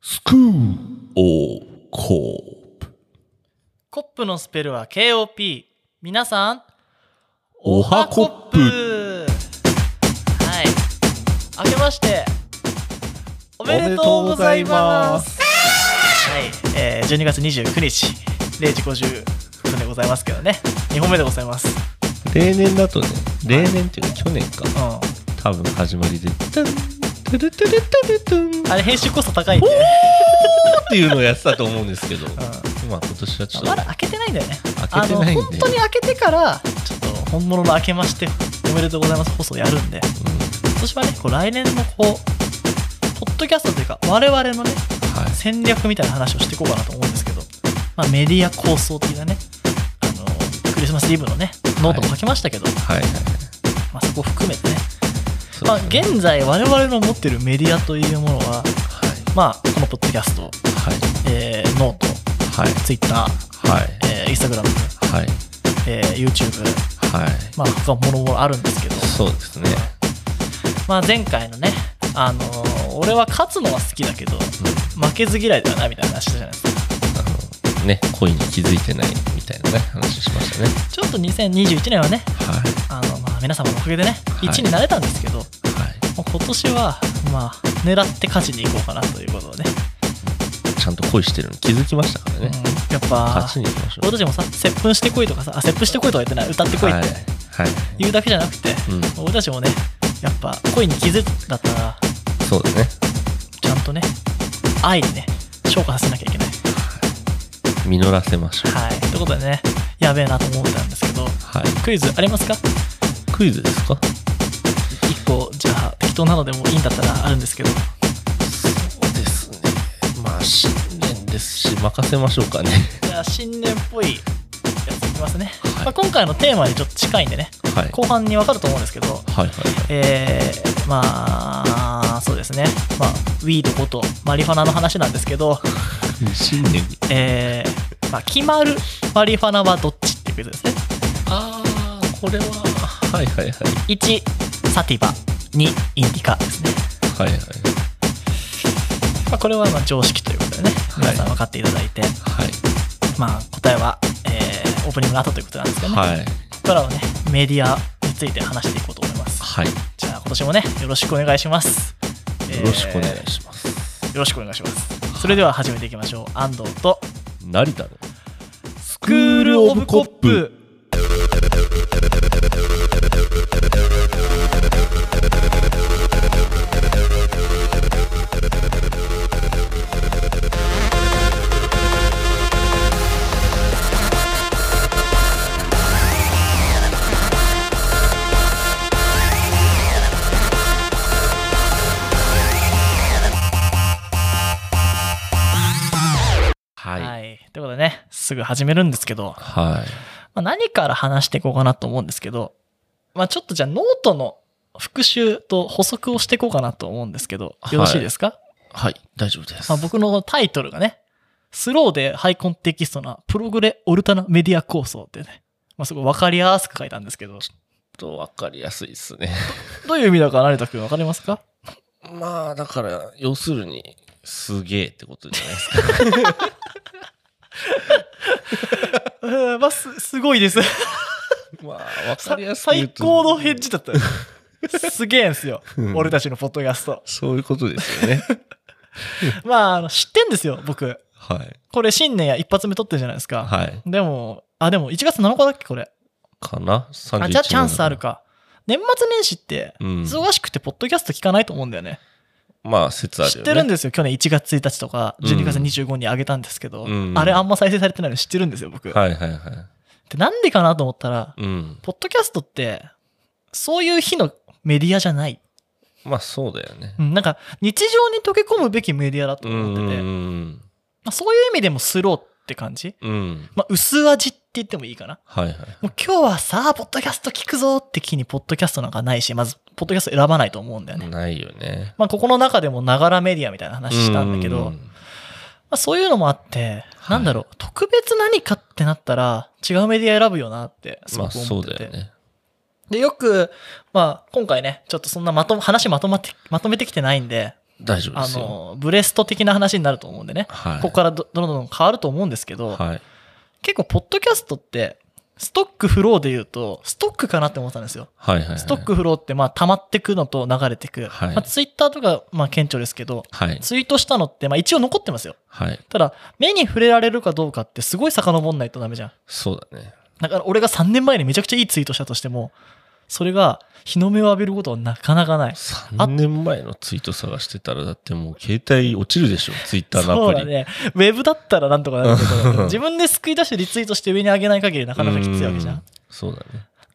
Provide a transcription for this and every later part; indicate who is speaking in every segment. Speaker 1: スクーオーコープ
Speaker 2: コップのスペルは KOP 皆さん
Speaker 1: おはコップ
Speaker 2: はいあけましておめでとうございますはい、えー、12月29日0時50分でございますけどね2本目でございますう
Speaker 1: 例年だとね例年っていうか去年か
Speaker 2: ん
Speaker 1: 多分始まりで「タンタルタルタルタン」
Speaker 2: あれ編集コスト高いんで、
Speaker 1: っていうのをやってたと思うんですけ ど、まあ
Speaker 2: う
Speaker 1: 今年はちょっ
Speaker 2: ん、
Speaker 1: と
Speaker 2: まだ開けてないんだよね
Speaker 1: 開けてないんで
Speaker 2: あの本当に開けてからちょっと本物の開けましておめでとうございます放送やるん
Speaker 1: う
Speaker 2: で
Speaker 1: ん
Speaker 2: 今年はねこう来年のこうポッドキャストというか我々のね
Speaker 1: はい
Speaker 2: 戦略みたいな話をしていこうかなと思うんですけど、まあ、メディア構想的なねあのクリスマスイブのねノートも書きましたけど、
Speaker 1: はいはい
Speaker 2: まあ、そこを含めてね、ま
Speaker 1: そ
Speaker 2: あ、
Speaker 1: うですね
Speaker 2: 現在我々の持ってるメディアというものは、まあ、このポッドキャスト、
Speaker 1: はい
Speaker 2: えーノート
Speaker 1: はいはい
Speaker 2: Twitter、
Speaker 1: はい
Speaker 2: えー、Instagram、
Speaker 1: はい
Speaker 2: えー YouTube
Speaker 1: はい
Speaker 2: まあ他もろもろあるんですけど、
Speaker 1: そうですね
Speaker 2: まあ、前回のねあのー俺は勝つのは好きだけど
Speaker 1: う
Speaker 2: 負けず嫌いだなみたいな話したじゃないですか
Speaker 1: あのね恋に気づいてないみたいなね話しましたね
Speaker 2: ちょっと2021年はね
Speaker 1: はい
Speaker 2: あのまあ皆様のおかげでね、
Speaker 1: はい
Speaker 2: 1位になれたんですけど、も
Speaker 1: は
Speaker 2: う今年は、まあ、狙って勝ちに行こうかなということをね、
Speaker 1: いちゃんと恋してるの気づきましたから
Speaker 2: う
Speaker 1: ね
Speaker 2: ん、やっぱ
Speaker 1: 勝、ちに行きましょう
Speaker 2: 俺たちもさ、接吻してこいとかさ、あ接吻してこいとか言ってない、歌ってこい
Speaker 1: はい
Speaker 2: って
Speaker 1: はい
Speaker 2: 言うだけじゃなくて、
Speaker 1: うん
Speaker 2: 俺たちもね、やっぱ、恋に気づいたら、
Speaker 1: そうだね
Speaker 2: ちゃんとね、愛にね、昇華させなきゃいけない。
Speaker 1: 実らせましょう
Speaker 2: はい。ということでね、やべえなと思ってたんですけど、
Speaker 1: はい
Speaker 2: クイズありますか
Speaker 1: クイズですか
Speaker 2: ?1 個、じゃあ、適当なのでもいいんだったらあるんですけど、
Speaker 1: そうですねまあ新年ですし任せましょうかね
Speaker 2: じゃあ新年っぽいやついきますね、
Speaker 1: はい
Speaker 2: まあ、今回のテーマにちょっと近いんでね
Speaker 1: はい
Speaker 2: 後半に分かると思うんですけど
Speaker 1: はいはいはい
Speaker 2: えー、まあそうですねまあウィードことマリファナの話なんですけど
Speaker 1: 新年に
Speaker 2: えー、まあ決まるマリファナはどっちっていうことですね
Speaker 1: ああこれははいはいはい
Speaker 2: 1サティバ2インディカですね、
Speaker 1: はいはい
Speaker 2: まあ、これはまあ常識ということでね
Speaker 1: い
Speaker 2: 皆さん分かっていただいて、
Speaker 1: は
Speaker 2: まあ答えは、えー、オープニングの後ということなんですけど
Speaker 1: い
Speaker 2: ね、
Speaker 1: はい
Speaker 2: ここからはねメディアについて話していこうと思います
Speaker 1: はい
Speaker 2: じゃあ今年もねよろしくお願いします。
Speaker 1: よろしくお願
Speaker 2: え
Speaker 1: いします
Speaker 2: ーよろしくお願いします。それでは始めていきましょう。安藤と
Speaker 1: 成田の
Speaker 2: スクールオブコップ。
Speaker 1: は
Speaker 2: はいい、
Speaker 1: はい
Speaker 2: ということでね、すぐ始めるんですけど、ま
Speaker 1: はい
Speaker 2: あ、何から話していこうかなと思うんですけど、まあちょっとじゃあノートの復習と補足をしていこうかなと思うんですけど、よろしいですか、
Speaker 1: 大丈夫です
Speaker 2: まあ、僕のタイトルがね、スローでハイコンテキストなプログレオルタナメディア構想ってね、まあすごいわかりやすく書いたんですけど、
Speaker 1: と分かりやすいですね
Speaker 2: どういう意味だか成田くんわかりますか
Speaker 1: まあだから要するにすげえってことじゃないですか
Speaker 2: うんまあ、す、すごいです。
Speaker 1: まあ分かりやすく言う
Speaker 2: 最
Speaker 1: と
Speaker 2: 高の返事 だったよ。すげえんすよ
Speaker 1: う。ん
Speaker 2: 俺たちのポッドキャスト。
Speaker 1: そういうことですよね
Speaker 2: まあ、あの知ってんですよ、僕。
Speaker 1: はい
Speaker 2: これ、新年や一発目撮ってるじゃないですか。
Speaker 1: はい
Speaker 2: でも、あ、でも1月7日だっけ、これ。
Speaker 1: かな31
Speaker 2: あ、じゃあチャンスあるか。年末年始って、
Speaker 1: うん
Speaker 2: 忙しくて、ポッドキャスト聞かないと思うんだよね。
Speaker 1: まあ説ある
Speaker 2: 知
Speaker 1: よね
Speaker 2: ってるんですよ、去年1月1日とか、12月
Speaker 1: うん
Speaker 2: 25に上げたんですけど、
Speaker 1: うん
Speaker 2: あれあんま再生されてないの知ってるんですよ、僕。
Speaker 1: はいはいはい
Speaker 2: でなんでかなと思ったら、
Speaker 1: うん
Speaker 2: ポッドキャストって、そういう日のメディアじゃない。
Speaker 1: まあそうだよね
Speaker 2: うんなんか、日常に溶け込むべきメディアだと
Speaker 1: うん
Speaker 2: 思っ
Speaker 1: う
Speaker 2: て
Speaker 1: ん
Speaker 2: て、
Speaker 1: う
Speaker 2: ま
Speaker 1: ん
Speaker 2: あ、そういう意味でもスローって感じ。
Speaker 1: うん
Speaker 2: まあ、薄味って言ってもいいかな。
Speaker 1: はいはい
Speaker 2: もう今日はさあ、ポッドキャスト聞くぞって気にポッドキャストなんかないし、まず、ポッドキャスト選ばないと思うんだよね。
Speaker 1: ないよね
Speaker 2: まあ、ここの中でもながらメディアみたいな話したんだけど、
Speaker 1: う
Speaker 2: まあ、そういうのもあって、
Speaker 1: はい
Speaker 2: なんだろう、特別何かってなったら、違うメディア選ぶよなって、す
Speaker 1: ま
Speaker 2: ご
Speaker 1: あ
Speaker 2: く
Speaker 1: そ
Speaker 2: 思っ
Speaker 1: う
Speaker 2: て
Speaker 1: だ
Speaker 2: て。
Speaker 1: よね
Speaker 2: で、よく、まあ、今回ね、ちょっとそんなまとも、話まとまって、まとめてきてないんで、
Speaker 1: 大丈夫で
Speaker 2: あ
Speaker 1: すよ。
Speaker 2: のブレスト的な話になると思うんでね、
Speaker 1: はい
Speaker 2: ここからどどんどん変わると思うんですけど、
Speaker 1: はい。
Speaker 2: 結構ポッドキャストってストックフローで言うとストックかなって思ったんですよ
Speaker 1: はいはいはい。
Speaker 2: ストックフローってまあ溜まってくのと流れてく、
Speaker 1: はい
Speaker 2: まあ、ツイッターとかまあ顕著ですけど
Speaker 1: はい。
Speaker 2: ツイートしたのってまあ一応残ってますよ
Speaker 1: はい。
Speaker 2: ただ目に触れられるかどうかってすごい遡んないとダメじゃん
Speaker 1: そうだね。
Speaker 2: だから俺が3年前にめちゃくちゃいいツイートしたとしてもそれが日の目を浴びることはなかなかない
Speaker 1: 3年前のツイート探してたら、だってもう携帯落ちるでしょ、ツイッターの
Speaker 2: そ
Speaker 1: ア
Speaker 2: う
Speaker 1: プ
Speaker 2: だ
Speaker 1: リ。
Speaker 2: ね。ウェブだったらなんとかなるけ
Speaker 1: うん
Speaker 2: ど、自分で救い出してリツイートして上に上げない限りなかなかきついわけじゃ。
Speaker 1: うんそうだ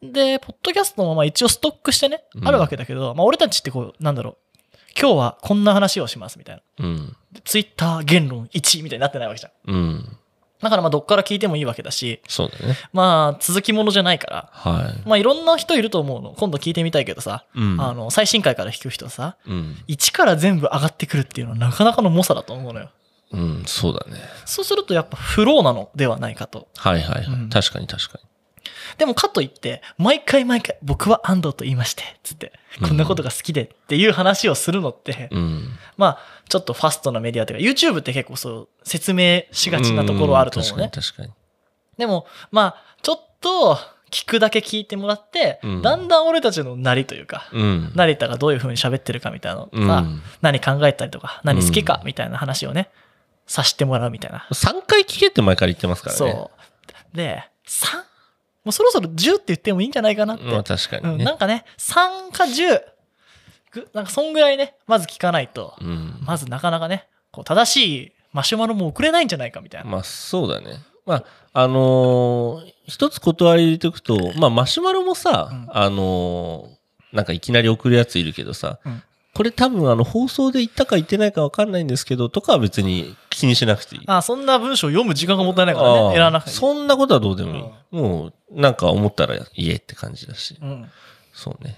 Speaker 1: ね。
Speaker 2: で、ポッドキャストもまあ一応ストックしてね
Speaker 1: う、ん
Speaker 2: あるわけだけど、まあ俺たちってこう、なんだろう。今日はこんな話をしますみたいな。
Speaker 1: うん。
Speaker 2: ツイッター言論1みたいになってないわけじゃん。
Speaker 1: うん。
Speaker 2: だからまあどっから聞いてもいいわけだし、
Speaker 1: そうだね。
Speaker 2: まあ続きものじゃないから、
Speaker 1: はい。
Speaker 2: まあいろんな人いると思うの。今度聞いてみたいけどさ、
Speaker 1: うん。
Speaker 2: あの、最新回から聞く人さ、
Speaker 1: うん。
Speaker 2: 1から全部上がってくるっていうのはなかなかの猛者だと思うのよ。
Speaker 1: うん、そうだね。
Speaker 2: そうするとやっぱフローなのではないかと。
Speaker 1: はいはいは
Speaker 2: う
Speaker 1: い。
Speaker 2: ん
Speaker 1: 確かに確かに。
Speaker 2: でもかといって、毎回毎回、僕は安藤と言いまして、つって、
Speaker 1: うん
Speaker 2: こんなことが好きでっていう話をするのって、
Speaker 1: うん。
Speaker 2: まあ、ちょっとファストなメディアというか、YouTube って結構そう、説明しがちなところあると思うね
Speaker 1: ん。確かに確か
Speaker 2: でも、まあ、ちょっと、聞くだけ聞いてもらって、
Speaker 1: うん
Speaker 2: だんだん俺たちのなりというか、
Speaker 1: に。うん。
Speaker 2: 成田がどういう風に喋ってるかみたいなのとか、
Speaker 1: うん
Speaker 2: 何考えたりとか、何好き
Speaker 1: う
Speaker 2: か
Speaker 1: ん
Speaker 2: みたいな話をね、さしてもらうみたいな。
Speaker 1: 3回聞けって前から言ってますからね。
Speaker 2: そう。で、3? もうそろそろ10って言ってもいいんじゃないかなって。
Speaker 1: まあ確か
Speaker 2: う
Speaker 1: に
Speaker 2: ん、
Speaker 1: ね
Speaker 2: な。んかね、3か10、ぐなんかそんぐらいね、まず聞かないと、
Speaker 1: うん。
Speaker 2: まずなかなかね、こう正しいマシュマロも送れないんじゃないかみたいな。
Speaker 1: まあそうだね。まああのー一つ断り入れておくと、まあマシュマロもさ、
Speaker 2: うん
Speaker 1: あのーなんかいきなり送るやついるけどさ、
Speaker 2: うん
Speaker 1: これ多分あの放送で言ったか言ってないかわかんないんですけどとかは別に気にしなくていい。
Speaker 2: あそんな文章読む時間がもったいないから
Speaker 1: あ
Speaker 2: ね、
Speaker 1: あ
Speaker 2: 選ばなくていい。
Speaker 1: そんなことはどうでもいい
Speaker 2: あ。
Speaker 1: もうなんか思ったら言えって感じだし。
Speaker 2: うん、
Speaker 1: そうね。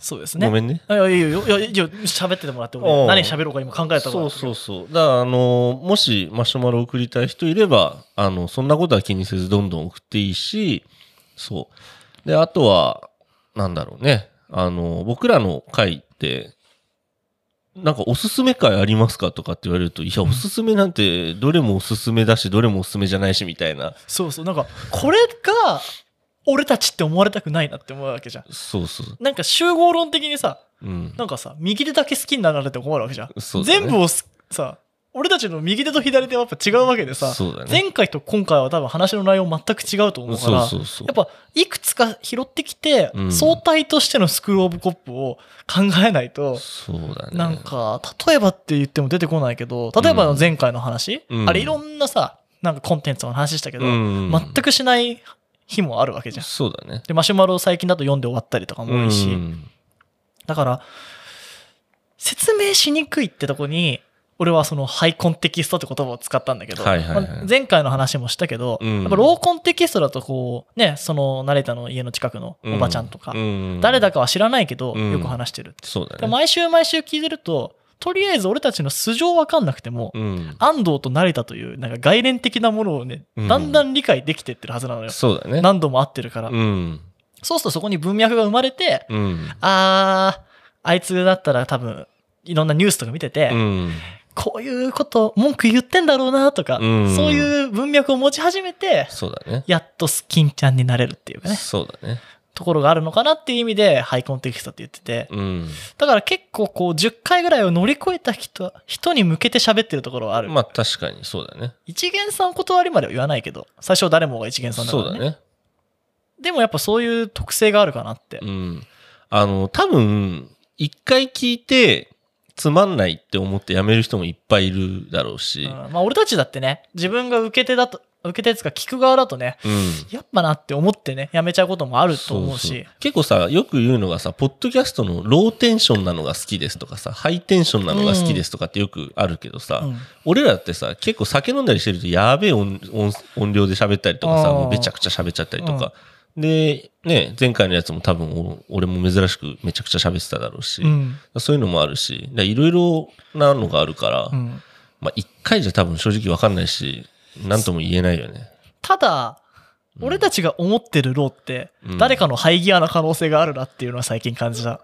Speaker 2: そうですね。
Speaker 1: ごめんね。
Speaker 2: いやいやいやいやいやいや喋っててもらって
Speaker 1: う
Speaker 2: 俺
Speaker 1: ん
Speaker 2: 何喋ろうか今考えた
Speaker 1: そうそううそう。だから、あのーもしマシュマロ送りたい人いれば、あの、そんなことは気にせずどんどん送っていいし、そう。で、あとは、なんだろうね。あのー僕らの回って、なんかおすすめ回ありますかとかって言われると、いや、おすすめなんて、どれもおすすめだし、どれもおすすめじゃないし、みたいな。
Speaker 2: そうそうなんかこれが俺たちって思われたくないなって思うわけじゃん
Speaker 1: そうそう。
Speaker 2: なんか集合論的にさ
Speaker 1: うん。
Speaker 2: なんかさ右手だけ好きになられて困るわけじゃん、
Speaker 1: そうだね
Speaker 2: 全部をすさ俺たちの右手と左手はやっぱ違うわけでさ、
Speaker 1: そうだね。
Speaker 2: 前回と今回は多分話の内容全く違うと思うか
Speaker 1: そう
Speaker 2: ら、
Speaker 1: そうそう
Speaker 2: やっ。ぱいくつか拾ってきて
Speaker 1: う、ん
Speaker 2: 相対としてのスクールオブコップを考えないと、
Speaker 1: そうだね。
Speaker 2: なんか、例えばって言っても出てこないけど、例えばの前回の話、
Speaker 1: うん
Speaker 2: あれいろんなさ、なんかコンテンツの話したけど、
Speaker 1: うん、
Speaker 2: 全くしない日もあるわけじゃん。
Speaker 1: そうだね。
Speaker 2: で、マシュマロを最近だと読んで終わったりとかも多い
Speaker 1: う
Speaker 2: し、
Speaker 1: ん
Speaker 2: だから、説明しにくいってとこに、俺はそのハイコンテキストって言葉を使ったんだけど、
Speaker 1: はいはいはい
Speaker 2: まあ前回の話もしたけど、
Speaker 1: うん
Speaker 2: やっぱローコンテキストだとこう、ね、その慣れたの家の近くのおばちゃんとか、
Speaker 1: うん
Speaker 2: 誰だかは知らないけど、
Speaker 1: うん
Speaker 2: よく話してる。
Speaker 1: そうだ
Speaker 2: で
Speaker 1: ね。
Speaker 2: 毎週毎週聞いてると、とりあえず俺たちの素性わかんなくても、
Speaker 1: うん、
Speaker 2: 安藤と成田というなんか概念的なものをね、
Speaker 1: うん
Speaker 2: だんだん理解できてってるはずなのよ。
Speaker 1: そうだね。
Speaker 2: 何度も会ってるから。
Speaker 1: うん。
Speaker 2: そうするとそこに文脈が生まれて、
Speaker 1: うん。
Speaker 2: あー、あいつだったら多分、いろんなニュースとか見てて、
Speaker 1: うん。
Speaker 2: こういうこと、文句言ってんだろうなとか、
Speaker 1: うん
Speaker 2: そういう文脈を持ち始めて、
Speaker 1: そうだね。
Speaker 2: やっとスキンちゃんになれるっていうかね、
Speaker 1: そうだね。
Speaker 2: ところがあるのかなっていう意味で、ハイコンテキストって言ってて、
Speaker 1: うん。
Speaker 2: だから結構こう、10回ぐらいを乗り越えた人、人に向けて喋ってるところはある。
Speaker 1: まあ確かにそうだね。
Speaker 2: 一元さんお断りまでは言わないけど、最初誰もが一元さんだか
Speaker 1: そ
Speaker 2: ら
Speaker 1: うだ
Speaker 2: ね。
Speaker 1: ね。
Speaker 2: でもやっぱそういう特性があるかなって。
Speaker 1: うん。あの、多分、一回聞いて、つまんないって思ってやめる人もいっぱいいるだろうし。
Speaker 2: うんまあ俺たちだってね、自分が受け手だと、受け手っつうか聞く側だとね、
Speaker 1: うん。
Speaker 2: やっぱなって思ってね、やめちゃうこともあると思う
Speaker 1: そ
Speaker 2: し
Speaker 1: そ。結構さよく言うのがさポッドキャストのローテンションなのが好きですとかさハイテンションなのが好きですとかってよくあるけどさ、
Speaker 2: うん
Speaker 1: 俺らってさ結構酒飲んだりしてるとやべえ音音音量で喋ったりとかさ
Speaker 2: あー
Speaker 1: もうべちゃくちゃ喋っちゃったりとか、でね前回のやつも多分お俺も珍しくめちゃくちゃ喋ってただろうし、
Speaker 2: うん。
Speaker 1: そういうのもあるしだいろいろなのがあるから、
Speaker 2: うん
Speaker 1: まあ一回じゃ多分正直わかんないし何とも言えないよね。
Speaker 2: ただ、
Speaker 1: うん
Speaker 2: 俺たちが思ってるローって
Speaker 1: うん、
Speaker 2: 誰かのハイギアな可能性があるなっていうのは最近感じた。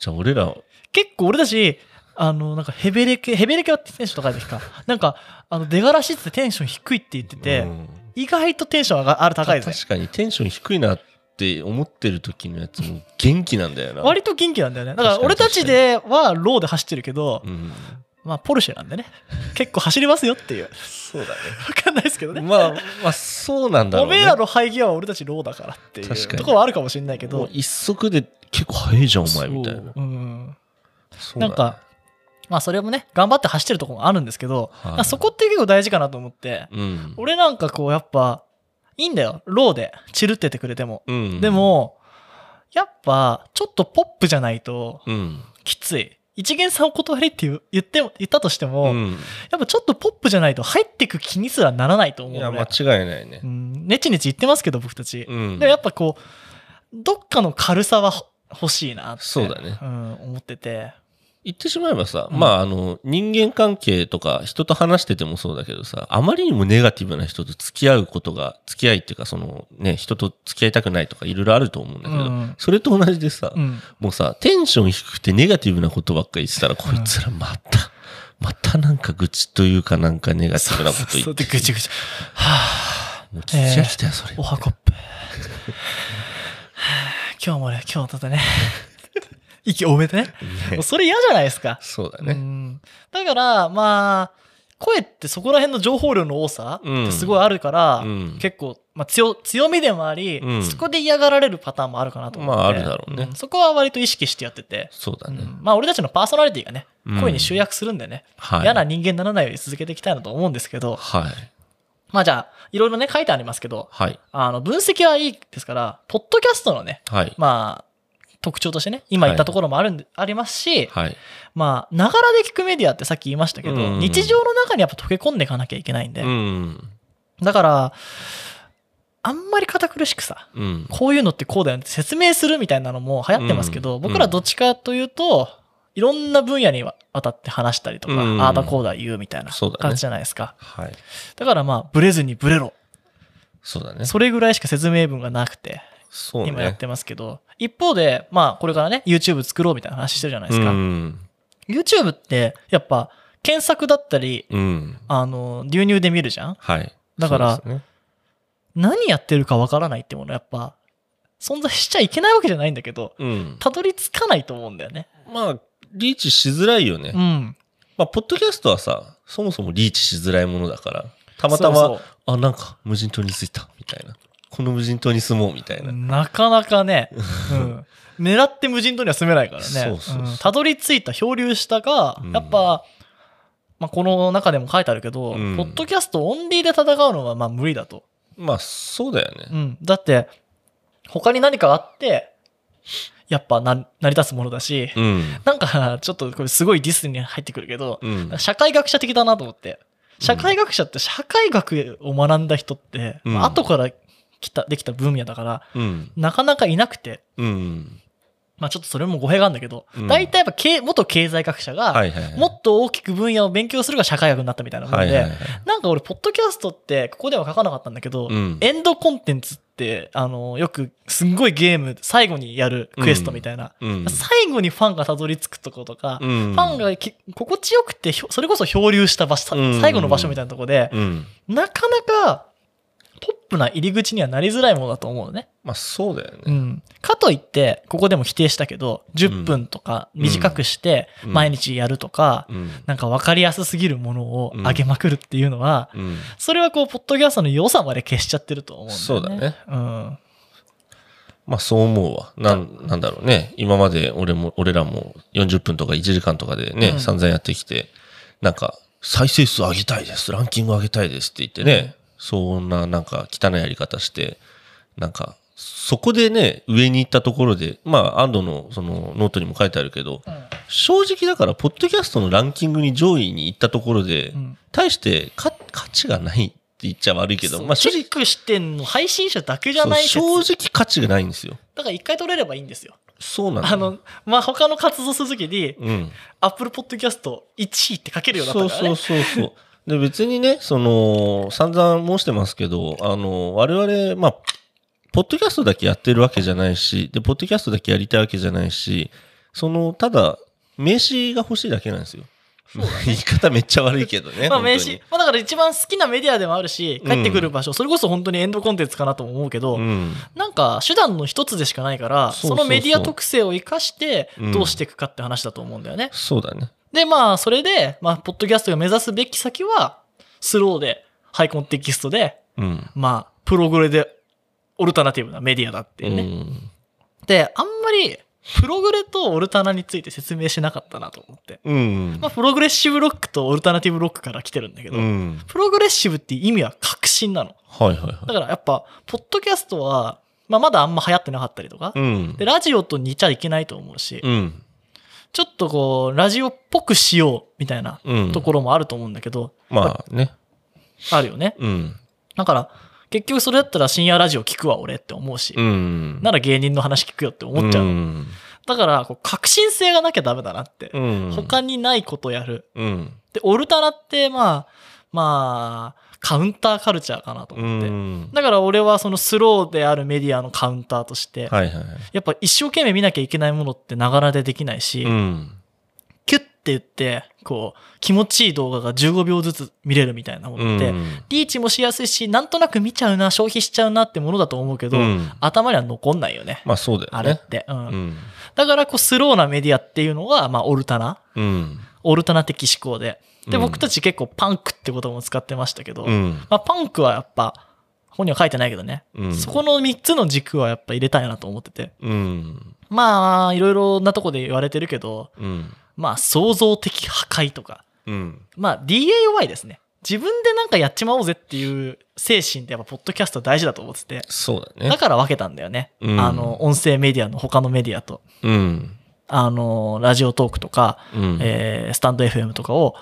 Speaker 1: じゃあ俺ら
Speaker 2: 結構俺たち、あの、なんかヘベレケ、ヘベレケはテンション高い時か。なんか、あの、出がらしってテンション低いって言ってて、
Speaker 1: うん
Speaker 2: 意外とテンション上がある高いですね。
Speaker 1: 確かにテンション低いなって思ってる時のやつも元気なんだよな。
Speaker 2: 割と元気なんだよね。だから
Speaker 1: 確か
Speaker 2: 俺
Speaker 1: に
Speaker 2: たちではローで走ってるけど、
Speaker 1: うん、
Speaker 2: まあポルシェなんでね、結構走りますよっていう。わ
Speaker 1: そうだ
Speaker 2: かんないですけどね。
Speaker 1: ね。まあ、まあ、そうなんだろ
Speaker 2: お
Speaker 1: う、ね。
Speaker 2: めえらの排気は俺たちローだからっていう
Speaker 1: 確かに
Speaker 2: ところはあるかもしれないけ
Speaker 1: もう
Speaker 2: ど。
Speaker 1: 一足で結構早いじゃん、お前みたいな。
Speaker 2: そううん
Speaker 1: そうだ
Speaker 2: なん
Speaker 1: ね
Speaker 2: か、、まあそれもね、頑張って走ってるところもあるんですけど、
Speaker 1: はい
Speaker 2: なんかそこって結構大事かなと思って、
Speaker 1: うん。
Speaker 2: 俺なんかこうやっぱ、いいんだよ。ローで、チルっててくれても。
Speaker 1: うん、
Speaker 2: で、も、やっぱ、ちょっとポップじゃないと、
Speaker 1: うん。
Speaker 2: きつい。一元さんお断りって言う言っても、言ったとしても、
Speaker 1: うん
Speaker 2: やっぱちょっとポップじゃないと入ってく気にすらならないと思う
Speaker 1: い
Speaker 2: ね
Speaker 1: や、間違いないね
Speaker 2: う。ん、ネチネチ言ってますけど、僕たち。
Speaker 1: うん。
Speaker 2: でもやっぱこう、どっかの軽さはほ欲しいなって。
Speaker 1: そうだね
Speaker 2: うん、思ってて。
Speaker 1: 言ってしまえばさ、
Speaker 2: うん
Speaker 1: まあ、あの、人間関係とか人と話しててもそうだけどさ、あまりにもネガティブな人と付き合うことが、付き合いっていうか、そのね、人と付き合いたくないとかいろいろあると思うんだけど、
Speaker 2: うん
Speaker 1: それと同じでさ、
Speaker 2: うん。
Speaker 1: もうさ、テンション低くてネガティブなことばっかり言ってたら、こいつらまた、またなんか愚痴というかなんかネガティブなこと言
Speaker 2: そう
Speaker 1: って、
Speaker 2: で、ぐちぐち。はぁ、
Speaker 1: もう聞き飽きたよ、それ。
Speaker 2: おはこっぷ。はぁ今日もね、今日とてね。息多め てね。
Speaker 1: ね
Speaker 2: それ嫌じゃないですか。
Speaker 1: そうだ
Speaker 2: う
Speaker 1: ね。
Speaker 2: んだから、まあ、声ってそこら辺の情報量の多さってすごいあるから、
Speaker 1: うん
Speaker 2: 結構、まあ、強強みでもあり、
Speaker 1: うん
Speaker 2: そこで嫌がられるパターンもあるかなと思って、
Speaker 1: まああるだろうね
Speaker 2: んそこは割と意識してやってて、
Speaker 1: そうだね。
Speaker 2: うんまあ俺たちのパーソナリティがね
Speaker 1: うん
Speaker 2: 声に集約するんでね、
Speaker 1: はい。
Speaker 2: 嫌な人間にならないように続けていきたいなと思うんですけど
Speaker 1: はい。
Speaker 2: まあじゃあいろいろね書いてありますけど
Speaker 1: はい。
Speaker 2: あの分析はいいですからポッドキャストのね
Speaker 1: はい。
Speaker 2: まあ特徴としてね今言ったところもあるんで、ありますし、
Speaker 1: はい。
Speaker 2: まあながらで聞くメディアってさっき言いましたけど、
Speaker 1: うん
Speaker 2: 日常の中にやっぱ溶け込んでいかなきゃいけないんで、
Speaker 1: うん。
Speaker 2: だからあんまり堅苦しくさ
Speaker 1: うん。
Speaker 2: こういうのってこうだよねって説明するみたいなのも流行ってますけど、
Speaker 1: うん
Speaker 2: 僕らどっちかというと、いろんな分野にわたって話したりとか、
Speaker 1: うん
Speaker 2: ああだこうだ言うみたいな
Speaker 1: そうだね
Speaker 2: 感じじゃないですか。
Speaker 1: はい。
Speaker 2: だからまあ、ブレずにブレろ。
Speaker 1: そうだね。
Speaker 2: それぐらいしか説明文がなくて、
Speaker 1: そうね。
Speaker 2: 今やってますけど、一方で、まあ、これからね、YouTube 作ろうみたいな話してるじゃないですか。
Speaker 1: うん。
Speaker 2: YouTube って、やっぱ、検索だったり、
Speaker 1: うん。
Speaker 2: あの、流入で見るじゃん
Speaker 1: はい。
Speaker 2: だから
Speaker 1: そうですね
Speaker 2: 何やってるかわからないってもの、やっぱ、存在しちゃいけないわけじゃないんだけど、
Speaker 1: うん。
Speaker 2: たどり着かないと思うんだよね。
Speaker 1: まあ、リーチしづらいよね。
Speaker 2: うん。
Speaker 1: まあ、ポッドキャストはさ、そもそもリーチしづらいものだから、たまたま、
Speaker 2: そう
Speaker 1: あ、なんか無人島に着いた、みたいな。この無人島に住もう、みたい
Speaker 2: そう
Speaker 1: な。
Speaker 2: なかなか ね、うん、狙って無人島には住めないからね
Speaker 1: そうそうそうん
Speaker 2: たどり着いた漂流したが、
Speaker 1: うん
Speaker 2: やっぱ、まあ、この中でも書いてあるけど、
Speaker 1: うん
Speaker 2: ポッドキャストオンリーで戦うのはまあ無理だと、
Speaker 1: まあ、そうだよ
Speaker 2: う
Speaker 1: ね。
Speaker 2: ん、だって他に何かあってやっぱな成り立つものだし、
Speaker 1: うん。
Speaker 2: なんかちょっとこれすごいディスに入ってくるけど、
Speaker 1: うん。
Speaker 2: 社会学者的だなと思って社会学者って社会学を学んだ人って、
Speaker 1: うん
Speaker 2: まあ後から来たできた分野だから
Speaker 1: うん。
Speaker 2: なかなかいなくて、
Speaker 1: うん。
Speaker 2: まあちょっとそれも語弊があるんだけど
Speaker 1: うん、
Speaker 2: 大体やっぱ経元経済学者
Speaker 1: は
Speaker 2: が、
Speaker 1: いはいはい。
Speaker 2: もっと大きく分野を勉強するが社会学になったみたいなもん
Speaker 1: はいはいはい
Speaker 2: で、なんか俺、ポッドキャストって、ここでは書かなかったんだけど
Speaker 1: うん、
Speaker 2: エンドコンテンツって、あの、よく、すんごいゲーム、最後にやるクエストみたいな。
Speaker 1: うん。
Speaker 2: 最後にファンがたどり着くとことか、フ
Speaker 1: うん
Speaker 2: ァンがき心地よくて、ひょそれこそ漂流した場所、
Speaker 1: うん
Speaker 2: 最後の場所みたいなとこで、
Speaker 1: うん。
Speaker 2: なかなか、ポップな入り口にはなりづらいものだと思うのね。
Speaker 1: まあ、そうだよ
Speaker 2: う
Speaker 1: ね。
Speaker 2: ん、かといってここでも否定したけど10分とか短くして
Speaker 1: うん
Speaker 2: 毎日やるとか、
Speaker 1: うん。
Speaker 2: なんか分かりやすすぎるものを上げまくるっていうのは、
Speaker 1: うん。
Speaker 2: それはこうポッドキャストの良さまで消しちゃってると思うんだよね。
Speaker 1: そうだね。
Speaker 2: うん
Speaker 1: まあそう思うわ。なん、なんだろうね。今まで俺も、俺らも40分とか1時間とかでね、
Speaker 2: うん
Speaker 1: 散々やってきて、なんか、再生数上げたいです、ランキング上げたいですって言ってね、そんななんか汚いやり方して、なんか、そこでね、上に行ったところで、まあ、安藤のそのノートにも書いてあるけど、正直だから、ポッドキャストのランキングに上位に行ったところで、
Speaker 2: うん
Speaker 1: 対してか価値がないって言っちゃ悪いけど、
Speaker 2: そう
Speaker 1: まあ正
Speaker 2: チェ
Speaker 1: 直
Speaker 2: ッ、クしてんの配信者だけじゃない説
Speaker 1: そう正直価値がないんですよ。
Speaker 2: だから一回取れればいいんですよ。
Speaker 1: そうなんだ
Speaker 2: あ
Speaker 1: よ。
Speaker 2: の、まあ、他の活動するときに、
Speaker 1: うん。
Speaker 2: Apple Podcast1 位って書けるようにな
Speaker 1: そ
Speaker 2: っ
Speaker 1: う
Speaker 2: たから
Speaker 1: そ
Speaker 2: ね。
Speaker 1: うそうそう。で、別にね、その、散々申してますけど、あの、我々、まあ、ポッドキャストだけやってるわけじゃないし、で、ポッドキャストだけやりたいわけじゃないし、その、ただ、名刺が欲しいだけなんですよ。
Speaker 2: そうだ
Speaker 1: 言い方めっちゃ悪いけどね。
Speaker 2: まあ
Speaker 1: 本当に
Speaker 2: 名刺、まあだから一番好きなメディアでもあるし、帰ってくる場所、それこそ本当にエンドコンテンツかなとも思うけど、
Speaker 1: うん。
Speaker 2: なんか手段の一つでしかないから、
Speaker 1: そう
Speaker 2: そ
Speaker 1: そうそう
Speaker 2: のメディア特性を生かして
Speaker 1: うん、
Speaker 2: どうしていくかって話だと思うんだよね。
Speaker 1: そうだね。
Speaker 2: で、まあそれで、まあ、ポッドキャストが目指すべき先は、スローで、ハイコンテキストで、
Speaker 1: うん。
Speaker 2: まあ、プログレで、オルタナティブなメディアだっていうね。
Speaker 1: うん
Speaker 2: で、あんまり、プログレとオルタナについて説明しなかったなと思って。
Speaker 1: うん
Speaker 2: まあ、プログレッシブロックとオルタナティブロックから来てるんだけど、
Speaker 1: うん。
Speaker 2: プログレッシブって意味は革新なの。
Speaker 1: はいはいは
Speaker 2: だからやっぱ、ポッドキャストは、まあ、まだあんま流行ってなかったりとか
Speaker 1: い。、うん
Speaker 2: で、。ラジオと似ちゃいけないと思うし、
Speaker 1: うん。
Speaker 2: ちょっとこう、ラジオっぽくしようみたいな
Speaker 1: うん。
Speaker 2: ところもあると思うんだけど、
Speaker 1: まあね。
Speaker 2: あるよね。
Speaker 1: うん。
Speaker 2: だから、結局それだったら深夜ラジオ聞くわ俺って思うし、
Speaker 1: うん。
Speaker 2: なら芸人の話聞くよって思っちゃう。
Speaker 1: うん。
Speaker 2: だから、こう、革新性がなきゃダメだなって。
Speaker 1: うん。
Speaker 2: 他にないことやる。
Speaker 1: うん。
Speaker 2: で、オルタナって、まあ、まあ、カウンターカルチャーかなと
Speaker 1: う
Speaker 2: 思って。
Speaker 1: ん。
Speaker 2: だから俺はそのスローであるメディアのカウンターとして、
Speaker 1: はいはいはい。
Speaker 2: やっぱ一生懸命見なきゃいけないものってながらでできないし、
Speaker 1: うん。
Speaker 2: キュッて言って、こう、気持ちいい動画が15秒ずつ見れるみたいなものって、
Speaker 1: うん
Speaker 2: リーチもしやすいし、なんとなく見ちゃうな、消費しちゃうなってものだと思うけど、
Speaker 1: うん
Speaker 2: 頭には残んないよね。
Speaker 1: まあそうだよね。
Speaker 2: あれって。うん
Speaker 1: うん。
Speaker 2: だから、こう、スローなメディアっていうのは、まあ、オルタナ
Speaker 1: うん。
Speaker 2: オルタナ的思考で。で、
Speaker 1: うん
Speaker 2: 僕たち結構パンクって言葉も使ってましたけど、
Speaker 1: うん。
Speaker 2: まあ、パンクはやっぱ、本には書いてないけどね、
Speaker 1: うん
Speaker 2: そこの3つの軸はやっぱ入れたいなと思ってて。
Speaker 1: うん。
Speaker 2: まあ、いろいろなとこで言われてるけど、
Speaker 1: うん。
Speaker 2: まあ、創造的破壊とか、
Speaker 1: うん。
Speaker 2: まあ、DIY ですね。自分でなんかやっちまおうぜっていう精神ってやっぱ、ポッドキャストは大事だと思ってて、
Speaker 1: そうだ
Speaker 2: だ
Speaker 1: ね。
Speaker 2: から分けたんだよね。
Speaker 1: うん
Speaker 2: あの、音声メディアの他のメディアと、
Speaker 1: うん。
Speaker 2: あの、ラジオトークとか、
Speaker 1: うん。
Speaker 2: えースタンド FM とかを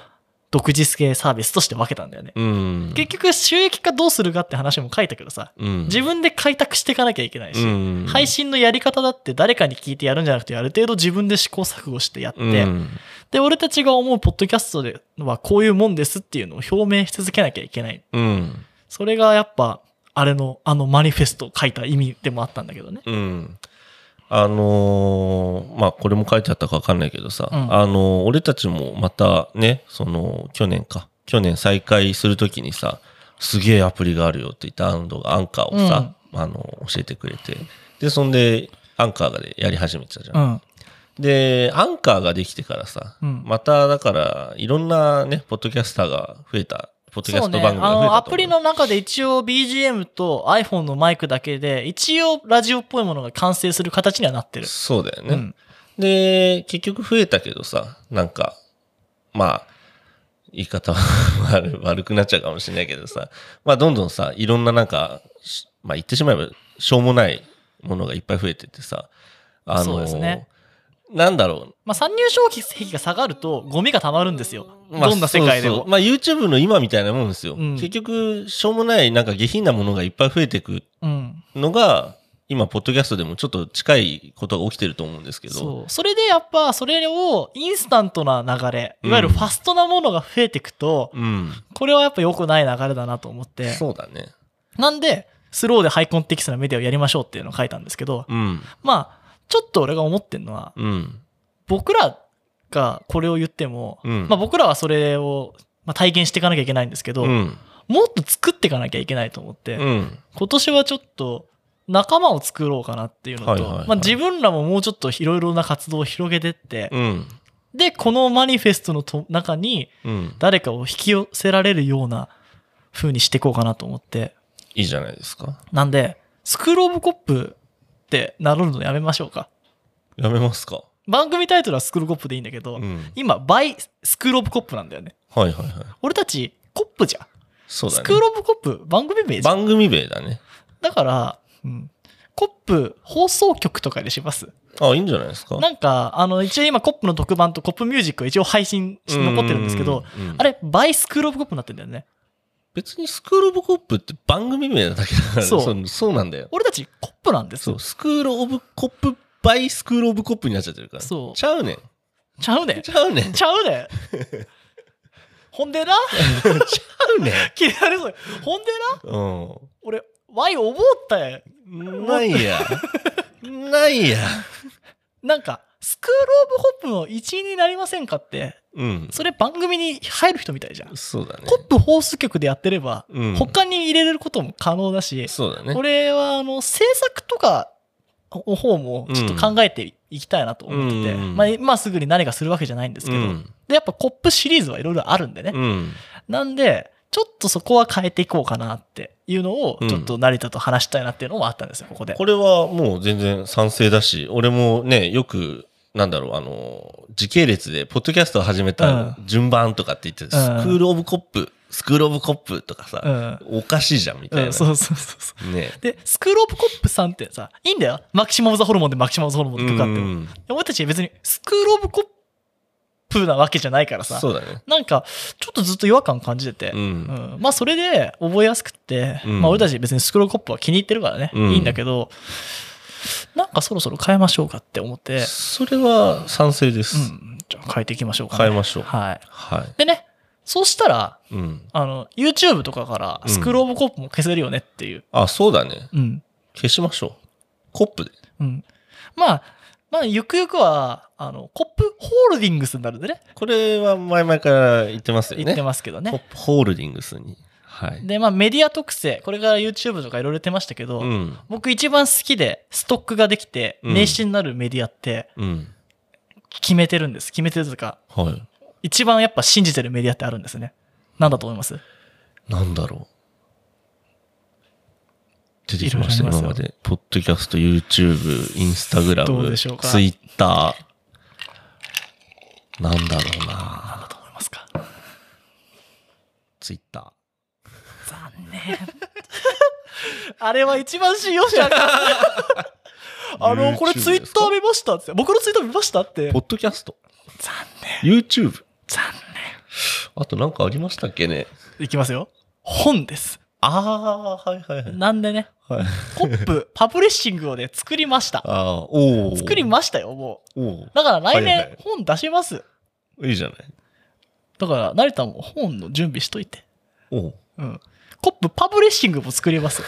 Speaker 2: 独自系サービスとして分けたんだよね。
Speaker 1: うん。
Speaker 2: 結局収益化どうするかって話も書いたけどさ、
Speaker 1: うん。
Speaker 2: 自分で開拓していかなきゃいけないし、
Speaker 1: うん
Speaker 2: 配信のやり方だって誰かに聞いてやるんじゃなくて、ある程度自分で試行錯誤してやって、
Speaker 1: うん
Speaker 2: で、俺たちが思うポッドキャストではこういうもんですっていうのを表明し続けなきゃいけない。
Speaker 1: うん。
Speaker 2: それがやっぱ、あれの、あのマニフェストを書いた意味でもあったんだけどね。
Speaker 1: うん。あのーまあこれも書いてあったか分かんないけどさ、
Speaker 2: うん
Speaker 1: あのー俺たちもまたねその去年か去年再開するときにさすげえアプリがあるよって言ったアンドがアンカーをさ、あの教えてくれてでそんでアンカーがでやり始めてたじゃん
Speaker 2: う、ん。
Speaker 1: でアンカーができてからさ、
Speaker 2: うん
Speaker 1: まただからいろんなねポッドキャスターが増えたポッドキャ
Speaker 2: そう
Speaker 1: ス
Speaker 2: ね
Speaker 1: ト番組が
Speaker 2: あ
Speaker 1: 増え
Speaker 2: の
Speaker 1: た
Speaker 2: ア
Speaker 1: と思う
Speaker 2: プリの中で一応 BGM と iPhone のマイクだけで一応ラジオっぽいものが完成する形にはなってる、
Speaker 1: そうだよね、
Speaker 2: うん
Speaker 1: で、結局増えたけどさ、なんか、まあ、言い方は 悪悪くなっちゃうかもしれないけどさ、まあどんどんさ、いろんななんか、しまあ言ってしまえばしょうもないものがいっぱい増えてってさ、あの、
Speaker 2: そうですね
Speaker 1: なんだろ
Speaker 2: まあ、参入消費が下がるとゴミが溜まるんですよ、
Speaker 1: う、まあ、
Speaker 2: どんな世界でも
Speaker 1: そうそうまあ YouTube の今みたいなもんですよ。
Speaker 2: うん
Speaker 1: 結局、しょうもないなんか下品なものがいっぱい増えてく
Speaker 2: うん、
Speaker 1: のが、今、ポッドキャストでもちょっと近いことが起きてると思うんですけど、
Speaker 2: そうそれでやっぱそれをインスタントな流れ
Speaker 1: うん
Speaker 2: いわゆるファストなものが増えていくと、
Speaker 1: うん。
Speaker 2: これはやっぱ良くない流れだなと思って
Speaker 1: そうだね。
Speaker 2: なんでスローでハイコンテキストなメディアをやりましょうっていうのを書いたんですけど、
Speaker 1: うん。
Speaker 2: まあちょっと俺が思ってるのは
Speaker 1: うん。
Speaker 2: 僕らがこれを言っても、
Speaker 1: うん
Speaker 2: まあ、僕らはそれを、まあ、体現していかなきゃいけないんですけど、
Speaker 1: うん。
Speaker 2: もっと作っていかなきゃいけないと思って、
Speaker 1: うん。
Speaker 2: 今年はちょっと仲間を作ろうかなっていうのと、
Speaker 1: はいはいはい
Speaker 2: まあ、自分らももうちょっといろいろな活動を広げてって、
Speaker 1: うん。
Speaker 2: でこのマニフェストのと中に
Speaker 1: うん。
Speaker 2: 誰かを引き寄せられるような風にしていこうかなと思って
Speaker 1: いいじゃないですか。
Speaker 2: なんでスクール・オブ・コップって名乗るのやめましょうか
Speaker 1: やめますか。
Speaker 2: 番組タイトルはスクール・コップでいいんだけど、
Speaker 1: うん。
Speaker 2: 今バイスクール・オブ・コップなんだよね
Speaker 1: はいはいはい。
Speaker 2: 俺たちコップじゃん、
Speaker 1: そうだ
Speaker 2: ス
Speaker 1: ね。
Speaker 2: クールオブコップ番組名じゃん
Speaker 1: 番組名だね。
Speaker 2: だから、うん、コップ放送局とかでします
Speaker 1: あ、いいんじゃないですか。
Speaker 2: なんかあの一応今コップの特番とコップミュージックは一応配信し残ってるんですけど
Speaker 1: うん、
Speaker 2: あれバイスクールオブコップになってんだよね
Speaker 1: 別にスクール・オブ・コップって番組名なだけだから、
Speaker 2: そう
Speaker 1: そうそうなんだよ。
Speaker 2: 俺たちコップなんです
Speaker 1: そ
Speaker 2: よ
Speaker 1: う、スクール・オブ・コップ・バイ・スクール・オブ・コップになっちゃってるから。
Speaker 2: そう
Speaker 1: ちゃうねん。
Speaker 2: ちゃうね
Speaker 1: ちゃう ねん。ち
Speaker 2: ちゃ うねほんでな
Speaker 1: ゃうねん。
Speaker 2: 切られそうほんでな
Speaker 1: う
Speaker 2: 俺ワイ覚ったや
Speaker 1: ん。ないや。ないや。
Speaker 2: なんかスクール・オブ・ホップの一員になりませんかって、
Speaker 1: うん。
Speaker 2: それ番組に入る人みたいじゃん。
Speaker 1: そうだね。
Speaker 2: ホップ放送局でやってれば、
Speaker 1: うん
Speaker 2: 他に入れることも可能だし、
Speaker 1: そうだね。
Speaker 2: これはあの制作とかの方もちょっと考えていきたいなと思ってて、
Speaker 1: うん
Speaker 2: まあ、今すぐに何かするわけじゃないんですけど、
Speaker 1: うん。
Speaker 2: でやっぱコップシリーズはいろいろあるんでね、
Speaker 1: うん。
Speaker 2: なんでちょっとそこは変えていこうかなっていうのを
Speaker 1: うん
Speaker 2: ちょっと成田と話したいなっていうのもあったんですよここで
Speaker 1: これはもう全然賛成だし、俺もね、よく、なんだろう、あの、時系列で、ポッドキャストを始めた順番とかって言って、スクールオブコップ、スクールオブコップとか
Speaker 2: う
Speaker 1: さ、
Speaker 2: ん、
Speaker 1: おかしいじゃん、みたい
Speaker 2: うん、
Speaker 1: な。
Speaker 2: そうそうそうそう
Speaker 1: ね。
Speaker 2: でスクール・オブ・コップさんってさいいんだよマキシマム・ザ・ホルモンでマキシマム・ザ・ホルモンで曲あっても、
Speaker 1: うん
Speaker 2: 俺たちは別にスクール・オブ・コップなわけじゃないからさ
Speaker 1: そうだね。
Speaker 2: なんかちょっとずっと違和感感じてて、
Speaker 1: うん。
Speaker 2: うんまあそれで覚えやすくって、
Speaker 1: うん
Speaker 2: まあ俺たち別にスクロールコップは気に入ってるからね、
Speaker 1: うん
Speaker 2: いいんだけど、なんかそろそろ変えましょうかって思って、
Speaker 1: それは賛成で
Speaker 2: う
Speaker 1: す。
Speaker 2: ん、じゃあ変えていきましょうか、ね。
Speaker 1: 変えましょう
Speaker 2: はい。
Speaker 1: は
Speaker 2: でね、そうしたら、
Speaker 1: い。うん。
Speaker 2: あの、YouTube とかから
Speaker 1: うん
Speaker 2: スクロールオブコップも消せるよねっていう。
Speaker 1: あ、そうだね。
Speaker 2: うん。
Speaker 1: 消しましょう。コップで。
Speaker 2: うん。まあ、まあ、ゆくゆくは、あの、コップホールディングスになるんでね、
Speaker 1: これは前々から言ってますよね。
Speaker 2: 言ってますけどね。
Speaker 1: コップホールディングスに。はい。
Speaker 2: で、まあメディア特性、これから YouTube とかいろいろ出てましたけど、
Speaker 1: うん。
Speaker 2: 僕一番好きでストックができて
Speaker 1: うん
Speaker 2: 名刺になるメディアって
Speaker 1: うん。
Speaker 2: 決めてるんです、決めてるというか
Speaker 1: は
Speaker 2: 一番やっぱ信じてるメディアってあるんですねなんだと思います
Speaker 1: い。なんだろう。出てきました、
Speaker 2: いろいろ
Speaker 1: 今
Speaker 2: あり
Speaker 1: ま
Speaker 2: ます
Speaker 1: で。ポッドキャスト、YouTube、Instagram、
Speaker 2: どうでしょうか
Speaker 1: Twitter。なんだろうな。
Speaker 2: なんだと思いますか
Speaker 1: Twitter。
Speaker 2: 残念あれは一番信用し なかったあの
Speaker 1: YouTube
Speaker 2: これツイッター見ましたって僕のツイッター見ましたって
Speaker 1: ポッドキャスト。
Speaker 2: 残念
Speaker 1: YouTube。
Speaker 2: 残
Speaker 1: あとなんかありましたっけね。
Speaker 2: 念いきますよ本です
Speaker 1: ああ、はいはいはい。
Speaker 2: なんでね
Speaker 1: はい、
Speaker 2: コ ップパブリッシングをね作りました
Speaker 1: ああ、おお。
Speaker 2: 作りましたよもう
Speaker 1: おー
Speaker 2: だから来
Speaker 1: はいは
Speaker 2: 年
Speaker 1: い
Speaker 2: 本出します、
Speaker 1: いいじゃない。
Speaker 2: だから、成田も本の準備しといて。
Speaker 1: おう
Speaker 2: うん。コップパブリッシングも作ります。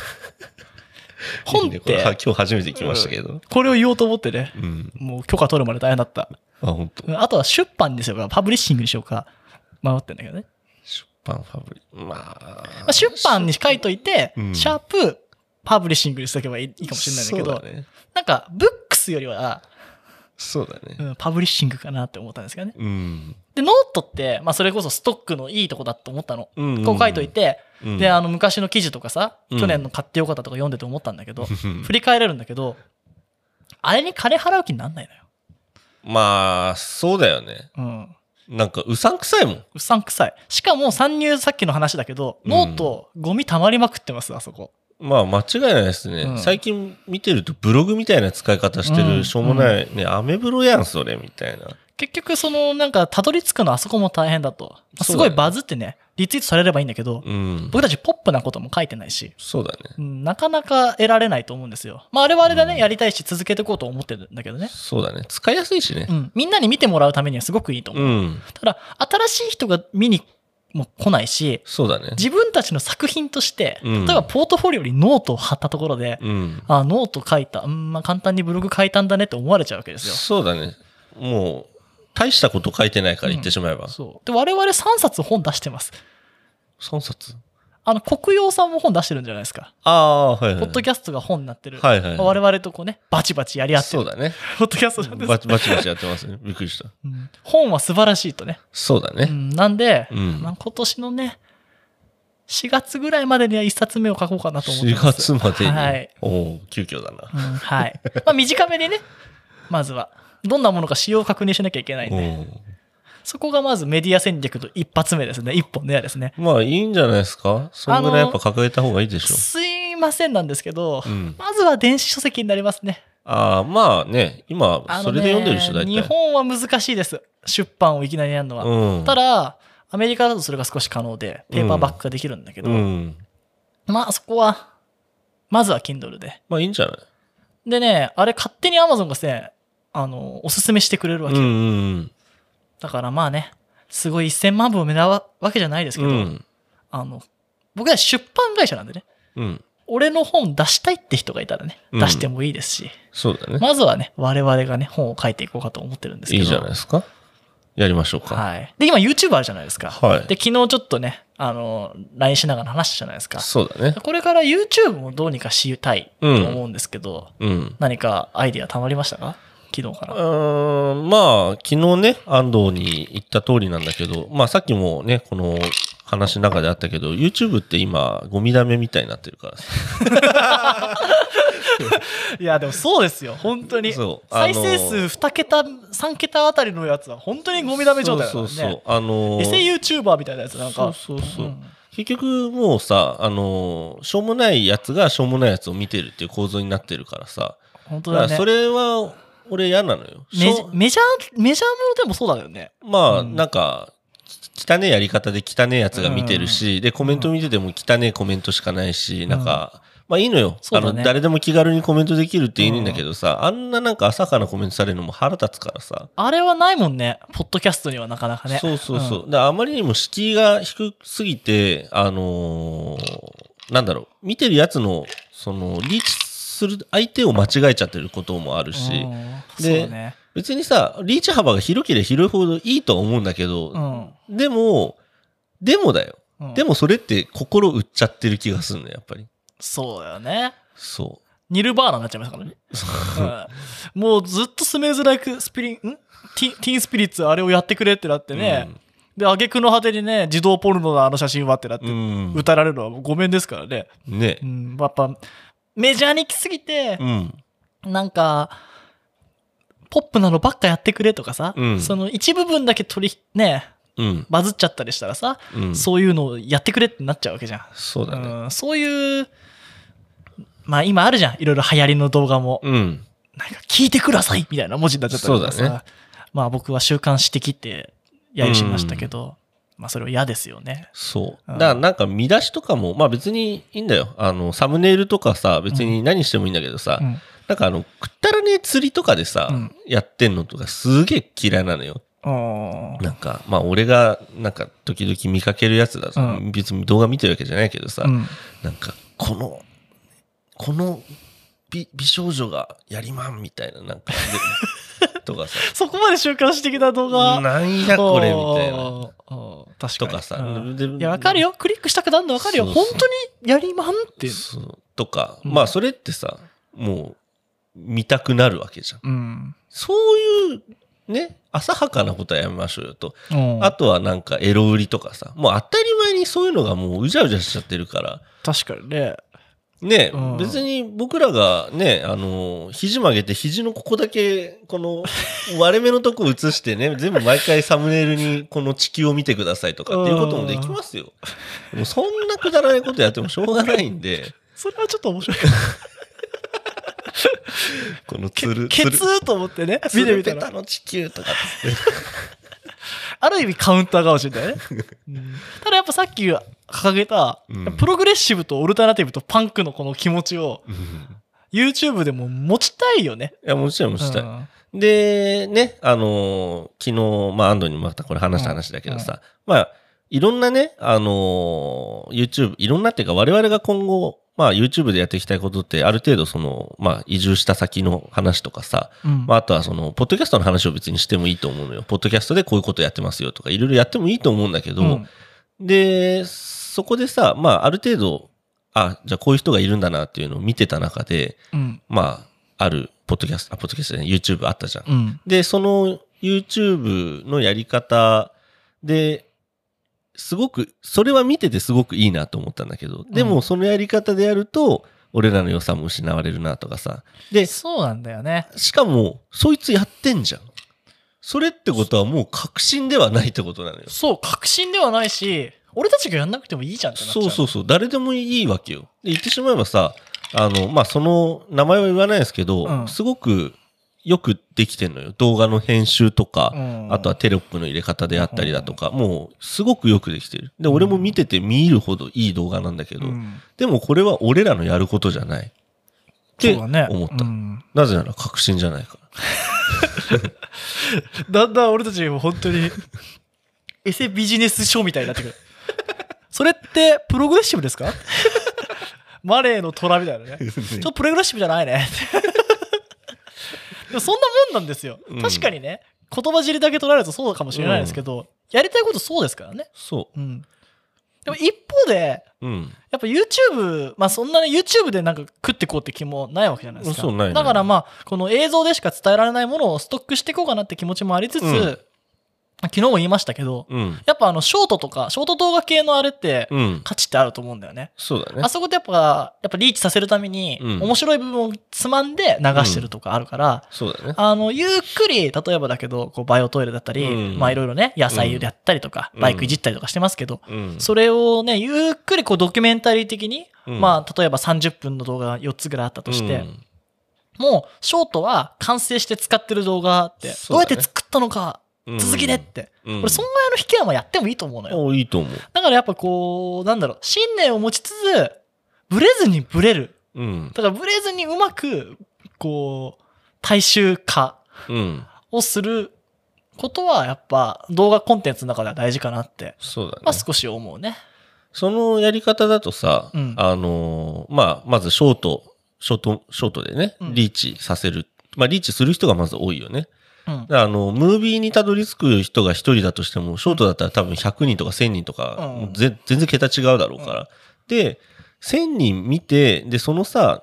Speaker 2: 本 っ
Speaker 1: いいね
Speaker 2: て
Speaker 1: これ は今日初めて来ましたけど。
Speaker 2: これを言おうと思ってね。
Speaker 1: うん。
Speaker 2: もう許可取るまで大変だった。
Speaker 1: あ、本当
Speaker 2: う。んあとは出版にしようか、パブリッシングにしようか、迷ってんだけどね。
Speaker 1: 出版ファブリ。まあ。
Speaker 2: まあ、出版に書いといて、
Speaker 1: うん
Speaker 2: シャープ、パブリッシングにしとけばいいいいかもしれないんだけど、
Speaker 1: そうだね。
Speaker 2: なんか、ブックスよりは、
Speaker 1: そうだね。
Speaker 2: うん、パブリッシングかなって思ったんですけどね。
Speaker 1: うん。
Speaker 2: で、ノートって、まあ、それこそストックのいいとこだと思ったの。
Speaker 1: うん
Speaker 2: こう書いとい、て、
Speaker 1: うん
Speaker 2: で、あの、昔の記事とかさ、
Speaker 1: うん
Speaker 2: 去年の買ってよかったとか読んでて思ったんだけど、
Speaker 1: うん
Speaker 2: 振り返れるんだけど、あれに金払う気になんないのよ。
Speaker 1: まあ、そうだよね。
Speaker 2: うん。
Speaker 1: なんか、うさんくさいもん。
Speaker 2: うさんくさい。しかも参入さっきの話だけど、
Speaker 1: うん
Speaker 2: ノート、ゴミ溜まりまくってます、あそこ。
Speaker 1: まあ、間違いないですね。
Speaker 2: うん
Speaker 1: 最近見てると、ブログみたいな使い方して
Speaker 2: うん
Speaker 1: る、しょうもない、ね、アメブロやん、それ、みたいな。
Speaker 2: 結局、その、なんか、たどり着くのあそこも大変だと。まあす
Speaker 1: そう
Speaker 2: ご
Speaker 1: だ
Speaker 2: い
Speaker 1: ね
Speaker 2: バズってね、リツイートされればいいんだけど、
Speaker 1: うん。
Speaker 2: 僕たちポップなことも書いてないし、
Speaker 1: そうだね。
Speaker 2: うんなかなか得られないと思うんですよ。まあ、あれはあれだね、
Speaker 1: うん
Speaker 2: やりたいし、続けていこうと思ってるんだけどね。
Speaker 1: そうだね。使いやすいしね
Speaker 2: う。ん。みんなに見てもらうためにはすごくいいと思う。
Speaker 1: うん。
Speaker 2: ただ、新しい人が見にも来ないし、
Speaker 1: そうだね。
Speaker 2: 自分たちの作品として、
Speaker 1: うん
Speaker 2: 例えばポートフォリオにノートを貼ったところで、
Speaker 1: うん。
Speaker 2: あ、ノート書いた、うん、まあ簡単にブログ書いたんだねって思われちゃうわけですよ。
Speaker 1: そうだね。もう、大したこと書いてないから言ってしまえば。
Speaker 2: そう。で、我々3冊本出してます。
Speaker 1: 3冊
Speaker 2: あの、国用さんも本出してるんじゃないですか。
Speaker 1: ああ、はいはい。
Speaker 2: ポッドキャストが本になってる。
Speaker 1: はいはいはい
Speaker 2: まあ我々とこうね、バチバチやり合って
Speaker 1: そ
Speaker 2: る。
Speaker 1: うだ ね。
Speaker 2: ポッドキャストなんです
Speaker 1: バチバチバチやってますね。びっくりした。
Speaker 2: うん本は素晴らしいとね。
Speaker 1: そうだ
Speaker 2: う
Speaker 1: ね。
Speaker 2: んなんで、
Speaker 1: うん
Speaker 2: まあ今年のね、4月ぐらいまでには1冊目を書こうかなと思って
Speaker 1: 4
Speaker 2: ます。
Speaker 1: 月までに。
Speaker 2: はい。
Speaker 1: おお急遽だな
Speaker 2: う。んはい。まあ短めでね、まずは。どんなものか仕様を確認しなきゃいけないん
Speaker 1: お
Speaker 2: で。そこがまずメディア戦略の一発目ですね。一本の矢ですね。
Speaker 1: おまあ、いいんじゃないですかそんぐらいやっぱ掲げた方がいいでしょ
Speaker 2: すいませんなんですけど、
Speaker 1: うん
Speaker 2: まずは電子書籍になりますね。
Speaker 1: ああ、まあね、今、
Speaker 2: あ
Speaker 1: そ
Speaker 2: のね
Speaker 1: れで読んでる人大体。
Speaker 2: 日本は難しいです。出版をいきなりやるのは。
Speaker 1: うん。
Speaker 2: ただ、アメリカだとそれが少し可能で、ペーパーバックができるんだけど、
Speaker 1: うん。
Speaker 2: まあそこは、まずは Kindle で。
Speaker 1: まあ、いいんじゃない
Speaker 2: でね、あれ勝手に Amazon がね、あの、おすすめしてくれるわ
Speaker 1: うん
Speaker 2: け。
Speaker 1: うん
Speaker 2: だからまあね、すごい1000万部を目指わけじゃないです
Speaker 1: う
Speaker 2: けど、
Speaker 1: ん。うん。
Speaker 2: あの、僕ら出版会社なんでね、
Speaker 1: うん。
Speaker 2: 俺の本出したいって人がいたらね、
Speaker 1: うん
Speaker 2: 出してもいいですし、
Speaker 1: そうだね。
Speaker 2: まずはね、我々がね、本を書いていこうかと思ってるんですけ
Speaker 1: い
Speaker 2: ど。
Speaker 1: いじゃないですか。やりましょうか。
Speaker 2: はい。で、今 YouTube あるじゃないですか。
Speaker 1: はい
Speaker 2: で、昨日ちょっとね、あの、LINE しながら話したじゃないですか。
Speaker 1: そうだね。
Speaker 2: これから YouTube もどうにかしたいと思うんですけど、
Speaker 1: うん。
Speaker 2: 何かアイディアたまりましたか昨日か
Speaker 1: う
Speaker 2: ら。
Speaker 1: ーんまあ、昨日ね、安藤に言った通りなんだけど、まあさっきもね、この話の中であったけど、YouTube って今、ゴミだめみたいになってるからさ
Speaker 2: いや、でもそうですよ、本当に。
Speaker 1: そうあ
Speaker 2: 再
Speaker 1: の
Speaker 2: 生数2桁、3桁あたりのやつは本当にゴミだめ状態だか
Speaker 1: そう
Speaker 2: らね。
Speaker 1: そうそう。あのー
Speaker 2: エセ YouTuber みたいなやつなんか。
Speaker 1: そうそうそう、
Speaker 2: うん
Speaker 1: 結局もうさ、あのーしょうもないやつがしょうもないやつを見てるっていう構造になってるからさ。
Speaker 2: 本当
Speaker 1: だか
Speaker 2: だ
Speaker 1: ら
Speaker 2: ね。
Speaker 1: それは、俺嫌なのよ。し
Speaker 2: メジ
Speaker 1: ょ
Speaker 2: メジャー、メジャーものでもそうだよね。
Speaker 1: まあ、
Speaker 2: うん
Speaker 1: なんか、き汚ねえやり方で汚ねえやつが見てるし、で、コメント見てても汚ねえコメントしかないし、なんか、まあいいのよ。
Speaker 2: そうだ
Speaker 1: あ
Speaker 2: ね
Speaker 1: の、誰でも気軽にコメントできるっていいんだけどさ、あんななんか浅はかなコメントされるのも腹立つからさ。
Speaker 2: あれはないもんね。ポッドキャストにはなかなかね。
Speaker 1: そうそうそう。
Speaker 2: ん。
Speaker 1: だからあまりにも敷居が低すぎて、あのーなんだろう、見てるやつの、その、リーチする相手を間違えちゃってることもあるし、
Speaker 2: うんそう
Speaker 1: で
Speaker 2: だね。
Speaker 1: 別にさ、リーチ幅が広ければ広いほどいいとは思うんだけ
Speaker 2: う
Speaker 1: ど、
Speaker 2: ん
Speaker 1: でも、でもだよ。
Speaker 2: うん
Speaker 1: でもそれって心売っちゃってる気がするのやっぱり。
Speaker 2: そうだよね。
Speaker 1: そ
Speaker 2: ニルバーナになっちゃいました からね。うんもうずっとスメーズ・ライク・スピリン、んティティーン・スピリッツあれをやってくれってなって
Speaker 1: う。
Speaker 2: ね。で、挙句の果てにね、自動ポルノのあの写真はってなって
Speaker 1: う、ん。
Speaker 2: 歌られるのはもうごめんですからね。
Speaker 1: うん、ね
Speaker 2: う。ん、やっぱ、メジャーに来すぎて
Speaker 1: う、ん。
Speaker 2: なんか、ポップなのばっかやってくれとかさ、
Speaker 1: うん
Speaker 2: その一部分だけ取り、ね、
Speaker 1: うん。
Speaker 2: バズっちゃったりしたらさ、
Speaker 1: うん。
Speaker 2: そういうのをやってくれってなっちゃうわけじゃん。
Speaker 1: そうだね。
Speaker 2: うん、そういう、まあ今あるじゃん。いろいろ流行りの動画も。
Speaker 1: うん。
Speaker 2: なんか聞いてくださいみたいな文字になっちゃったりとか
Speaker 1: そうだね
Speaker 2: さ。まあ僕は週刊誌的って揶揄しましたけど、まあそれは嫌ですよね。
Speaker 1: そう。
Speaker 2: うん
Speaker 1: だからなんか見出しとかも、まあ別にいいんだよ。あの、サムネイルとかさ、別に何してもいいんだけどさ、
Speaker 2: うん
Speaker 1: なんかあの、くったらねえ釣りとかでさ、
Speaker 2: うん
Speaker 1: やってんのとかすげえ嫌いなのよ。
Speaker 2: うん
Speaker 1: なんか、まあ俺がなんか時々見かけるやつださ、
Speaker 2: うん
Speaker 1: 別に動画見てるわけじゃないけどさ、
Speaker 2: うん
Speaker 1: なんか、この、この美美少女がやりまんみたいな、なんか、でとか さ、
Speaker 2: そこまで週刊誌的な動画。
Speaker 1: なんやこれみたいな。
Speaker 2: な。確か
Speaker 1: と
Speaker 2: に。
Speaker 1: かさ、
Speaker 2: うん
Speaker 1: で
Speaker 2: いや、わかる。よ。クリックしたくなるのわかるよ。
Speaker 1: そうそう
Speaker 2: 本当にやりまんって。
Speaker 1: そうとか、
Speaker 2: うん
Speaker 1: まあそれってさ、もう見たくなるわけじゃん。
Speaker 2: うん。
Speaker 1: そういう、ね、浅はかなことはやめましょうよと。
Speaker 2: うん
Speaker 1: あとはなんかエロ売りとかさ、もう当たり前にそういうのがもううじゃうじゃしちゃってるから、
Speaker 2: 確かにね。
Speaker 1: ね、
Speaker 2: うん
Speaker 1: 別に僕らがね、あの、肘曲げて肘のここだけ、この割れ目のとこ映してね、 全部毎回サムネイルにこの地球を見てくださいとかっていうこともできますよ。もうそんなくだらないことやってもしょうがないんで、
Speaker 2: それはちょっと面白い。
Speaker 1: この
Speaker 2: け
Speaker 1: つる、
Speaker 2: ケ
Speaker 1: つる
Speaker 2: ツーと思ってね。見てみた
Speaker 1: つるペ
Speaker 2: ら
Speaker 1: タ。の地球とかっつって。
Speaker 2: ある意味カウンターかもしれないね。ただやっぱさっき掲げた、
Speaker 1: うん
Speaker 2: プログレッシブとオルタナティブとパンクのこの気持ちを YouTube でも持ちたいよね。
Speaker 1: いや、もちろんもちろん。
Speaker 2: うん
Speaker 1: で、ね、あのー昨日、まあ、安藤にまたこれ話した話だけどさ、まあ、いろんなね、あのー YouTube、いろんなっていうか、我々が今後、まあ、YouTube でやっていきたいことって、ある程度、その、まあ、移住した先の話とかさ、
Speaker 2: うん
Speaker 1: まあ、あとは、その、ポッドキャストの話を別にしてもいいと思うのよ。ポッドキャストでこういうことやってますよとか、いろいろやってもいいと思うんだけど、
Speaker 2: うん
Speaker 1: で、そこでさ、まあ、ある程度、あ、じゃあこういう人がいるんだなっていうのを見てた中で、
Speaker 2: うん
Speaker 1: まあ、ある、ポッドキャスト、あ、ポッドキャストじゃない、YouTube あったじゃん。
Speaker 2: うん
Speaker 1: で、その YouTube のやり方で、すごく、それは見ててすごくいいなと思ったんだけど、で
Speaker 2: う
Speaker 1: も
Speaker 2: ん
Speaker 1: そのやり方でやると、俺らの良さも失われるなとかさ。で、
Speaker 2: そうなんだよね。
Speaker 1: しかも、そいつやってんじゃん。それってことはもう確信ではないってことなのよ。
Speaker 2: そう、確信ではないし、俺たちがやんなくてもいいじゃんってなっちゃう。
Speaker 1: そうそうそう、誰でもいいわけよ。で言ってしまえばさ、あの、まあ、その、名前は言わないですけど、
Speaker 2: うん
Speaker 1: すごくよくできてんのよ。動画の編集とか、
Speaker 2: うん
Speaker 1: あとはテロップの入れ方であったりだとか、もうすごくよくできてる。で、俺も見てて見入るほどいい動画なんだけど、
Speaker 2: うん
Speaker 1: でもこれは俺らのやることじゃない。って
Speaker 2: そ
Speaker 1: 思っ
Speaker 2: うだ
Speaker 1: た。
Speaker 2: ねうん
Speaker 1: なぜなら確信じゃないから。
Speaker 2: だんだん俺たちも本当に、エセビジネス書みたいになってくる。それって、プログレッシブですかマレーの虎みたいな ね。ちょっとプログレッシブじゃないね。でもそんなもんなんですよ
Speaker 1: うん。
Speaker 2: 確かにね、言葉尻だけ取られるとそうかもしれないですけど、やりたいことそうですからね。
Speaker 1: そ
Speaker 2: うん。でも一方で、
Speaker 1: う。うん。
Speaker 2: やっぱ YouTube、まあそんなに YouTube でなんか食ってこうって気もないわけじゃないですか。
Speaker 1: そうないね
Speaker 2: だからまあ、この映像でしか伝えられないものをストックしていこうかなって気持ちもありつつ、
Speaker 1: うん
Speaker 2: 昨日も言いましたけど、
Speaker 1: うん。
Speaker 2: やっぱあのショートとか、ショート動画系のあれって
Speaker 1: うん。
Speaker 2: 価値ってあると思うんだよね。
Speaker 1: そうだね
Speaker 2: あ。そこでやっぱ、やっぱリーチさせるために、
Speaker 1: うん
Speaker 2: 面白い部分をつまんで流してるとかあるから、
Speaker 1: そうだね。
Speaker 2: あの、ゆっくり、例えばだけど、こう、バイオトイレだったり、
Speaker 1: うん
Speaker 2: まあいろいろね、野菜やったりとか、
Speaker 1: うん
Speaker 2: バイクいじったりとかしてますけど、
Speaker 1: うん。
Speaker 2: それをね、ゆっくりこうドキュメンタリー的に、
Speaker 1: うん
Speaker 2: まあ例えば30分の動画が4つぐらいあったとして、
Speaker 1: うん
Speaker 2: もうショートは完成して使ってる動画って、ど
Speaker 1: そうう
Speaker 2: やっ
Speaker 1: だね
Speaker 2: て作ったのか、
Speaker 1: うん
Speaker 2: 続きでって。
Speaker 1: うん
Speaker 2: 俺、そんぐらいの引き合いもやってもいいと思うのよ。
Speaker 1: あいいと思う。
Speaker 2: だからやっぱこう、なんだろう、信念を持ちつつ、ブレずにブレる。
Speaker 1: うん。
Speaker 2: だからブレずにうまく、こう、大衆化
Speaker 1: うん。
Speaker 2: をすることは、やっぱ動画コンテンツの中では大事かなって、
Speaker 1: そうだ
Speaker 2: まあ
Speaker 1: ね。
Speaker 2: 少し思うね。
Speaker 1: そのやり方だとさ、
Speaker 2: うん
Speaker 1: あのーまあ、まずショート、ショート、ショートでね
Speaker 2: う、ん
Speaker 1: リーチさせる。まあ、リーチする人がまず多いよね。
Speaker 2: うん。
Speaker 1: であの、ムービーにたどり着く人が一人だとしても、ショートだったら多分100人とか1000人とか、
Speaker 2: うん
Speaker 1: もうぜ全然桁違うだろうから。で、1000人見て、で、そのさ、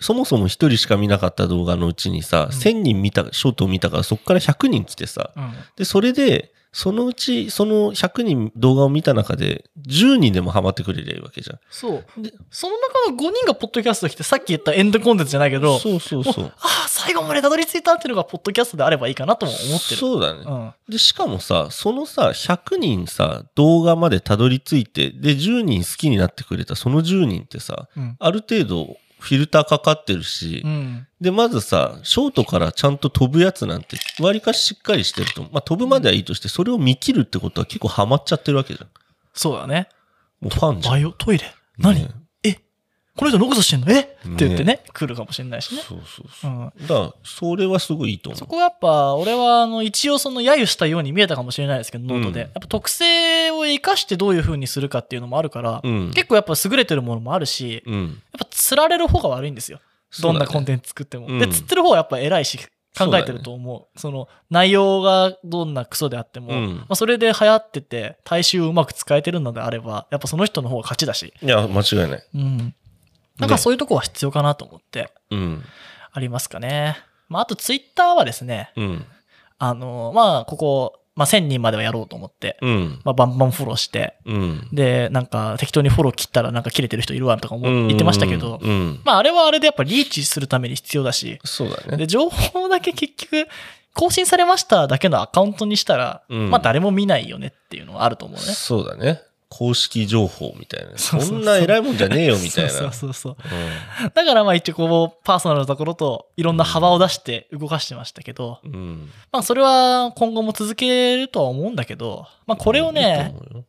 Speaker 1: そもそも一人しか見なかった動画のうちにさ、
Speaker 2: うん
Speaker 1: 1000人見た、ショートを見たからそこから100人来てさ、
Speaker 2: うん
Speaker 1: で、それで、そのうち、その100人動画を見た中で、10人でもハマってくれりゃいいわけじゃん。
Speaker 2: そう。
Speaker 1: で
Speaker 2: その中の5人がポッドキャスト来て、さっき言ったエンドコンテンツじゃないけど、
Speaker 1: そうそうそう。
Speaker 2: ああ、最後までたどり着いたっていうのが、ポッドキャストであればいいかなとも思ってる。
Speaker 1: そうだね。
Speaker 2: うん。
Speaker 1: で、しかもさ、そのさ、100人さ、動画までたどり着いて、で、10人好きになってくれた、その10人ってさ、
Speaker 2: うん。
Speaker 1: ある程度、フィルターかかってるし、
Speaker 2: うん。
Speaker 1: で、まずさ、ショートからちゃんと飛ぶやつなんて、割かししっかりしてると思う。まあ、飛ぶまではいいとして、それを見切るってことは結構ハマっちゃってるわけじゃん。
Speaker 2: そうだね。
Speaker 1: もうファンじゃん。
Speaker 2: バイオトイレ何、
Speaker 1: ね
Speaker 2: えこの人ノコソしてんのえって言ってね、来るかもしれないし
Speaker 1: そう
Speaker 2: ね。
Speaker 1: そうそう。
Speaker 2: うん。
Speaker 1: だから、それはすごいいいと思。
Speaker 2: そうこはやっぱ、俺は、あの、一応その、揶揄したように見えたかもしれないですけど、ノートで。
Speaker 1: うん
Speaker 2: やっぱ特性を生かしてどういう風にするかっていうのもあるから、
Speaker 1: うん。
Speaker 2: 結構やっぱ優れてるものもあるし、やっ
Speaker 1: うん。
Speaker 2: ぱ釣られる方が悪いんですよ。どんなコン
Speaker 1: テ
Speaker 2: テンツ作っても。
Speaker 1: うん
Speaker 2: で、釣ってる方はやっぱ偉いし、考えてると思う。その、内容がどんなクソであっても、
Speaker 1: うん
Speaker 2: まあ、それで流行ってて、大衆をうまく使えてるのであれば、やっぱその人の方が勝ちだし。
Speaker 1: いや、間違いない。
Speaker 2: うん。なんか
Speaker 1: ね
Speaker 2: そういうとこは必要かなと思って、
Speaker 1: うん。
Speaker 2: ありますかね。まあ、あとツイッターはですね、
Speaker 1: うん。
Speaker 2: あの、まあ、ここ、まあ、1000人まではやろうと思って、
Speaker 1: うん。
Speaker 2: まあ、バンバンフォローして、
Speaker 1: うん。
Speaker 2: で、なんか適当にフォロー切ったらなんか切れてる人いるわとかも言ってましたけど、
Speaker 1: うん。
Speaker 2: まあ、あれはあれでやっぱリーチするために必要だし、
Speaker 1: そうだね。
Speaker 2: で、情報だけ結局、更新されましただけのアカウントにしたら、
Speaker 1: うん
Speaker 2: まあ誰も見ないよねっていうのはあると思うね。
Speaker 1: そうだね。公式情報みたいな。
Speaker 2: そうそうそ
Speaker 1: そ
Speaker 2: うん
Speaker 1: な偉いもんじゃねえよみたい
Speaker 2: そう
Speaker 1: な。
Speaker 2: そうそうそう
Speaker 1: う
Speaker 2: だからまあ一応こう、パーソナルのところといろんな幅を出して動かしてましたけど、
Speaker 1: んうん。
Speaker 2: まあそれは今後も続けるとは思うんだけど、まあこれをね
Speaker 1: いい、と思うよ。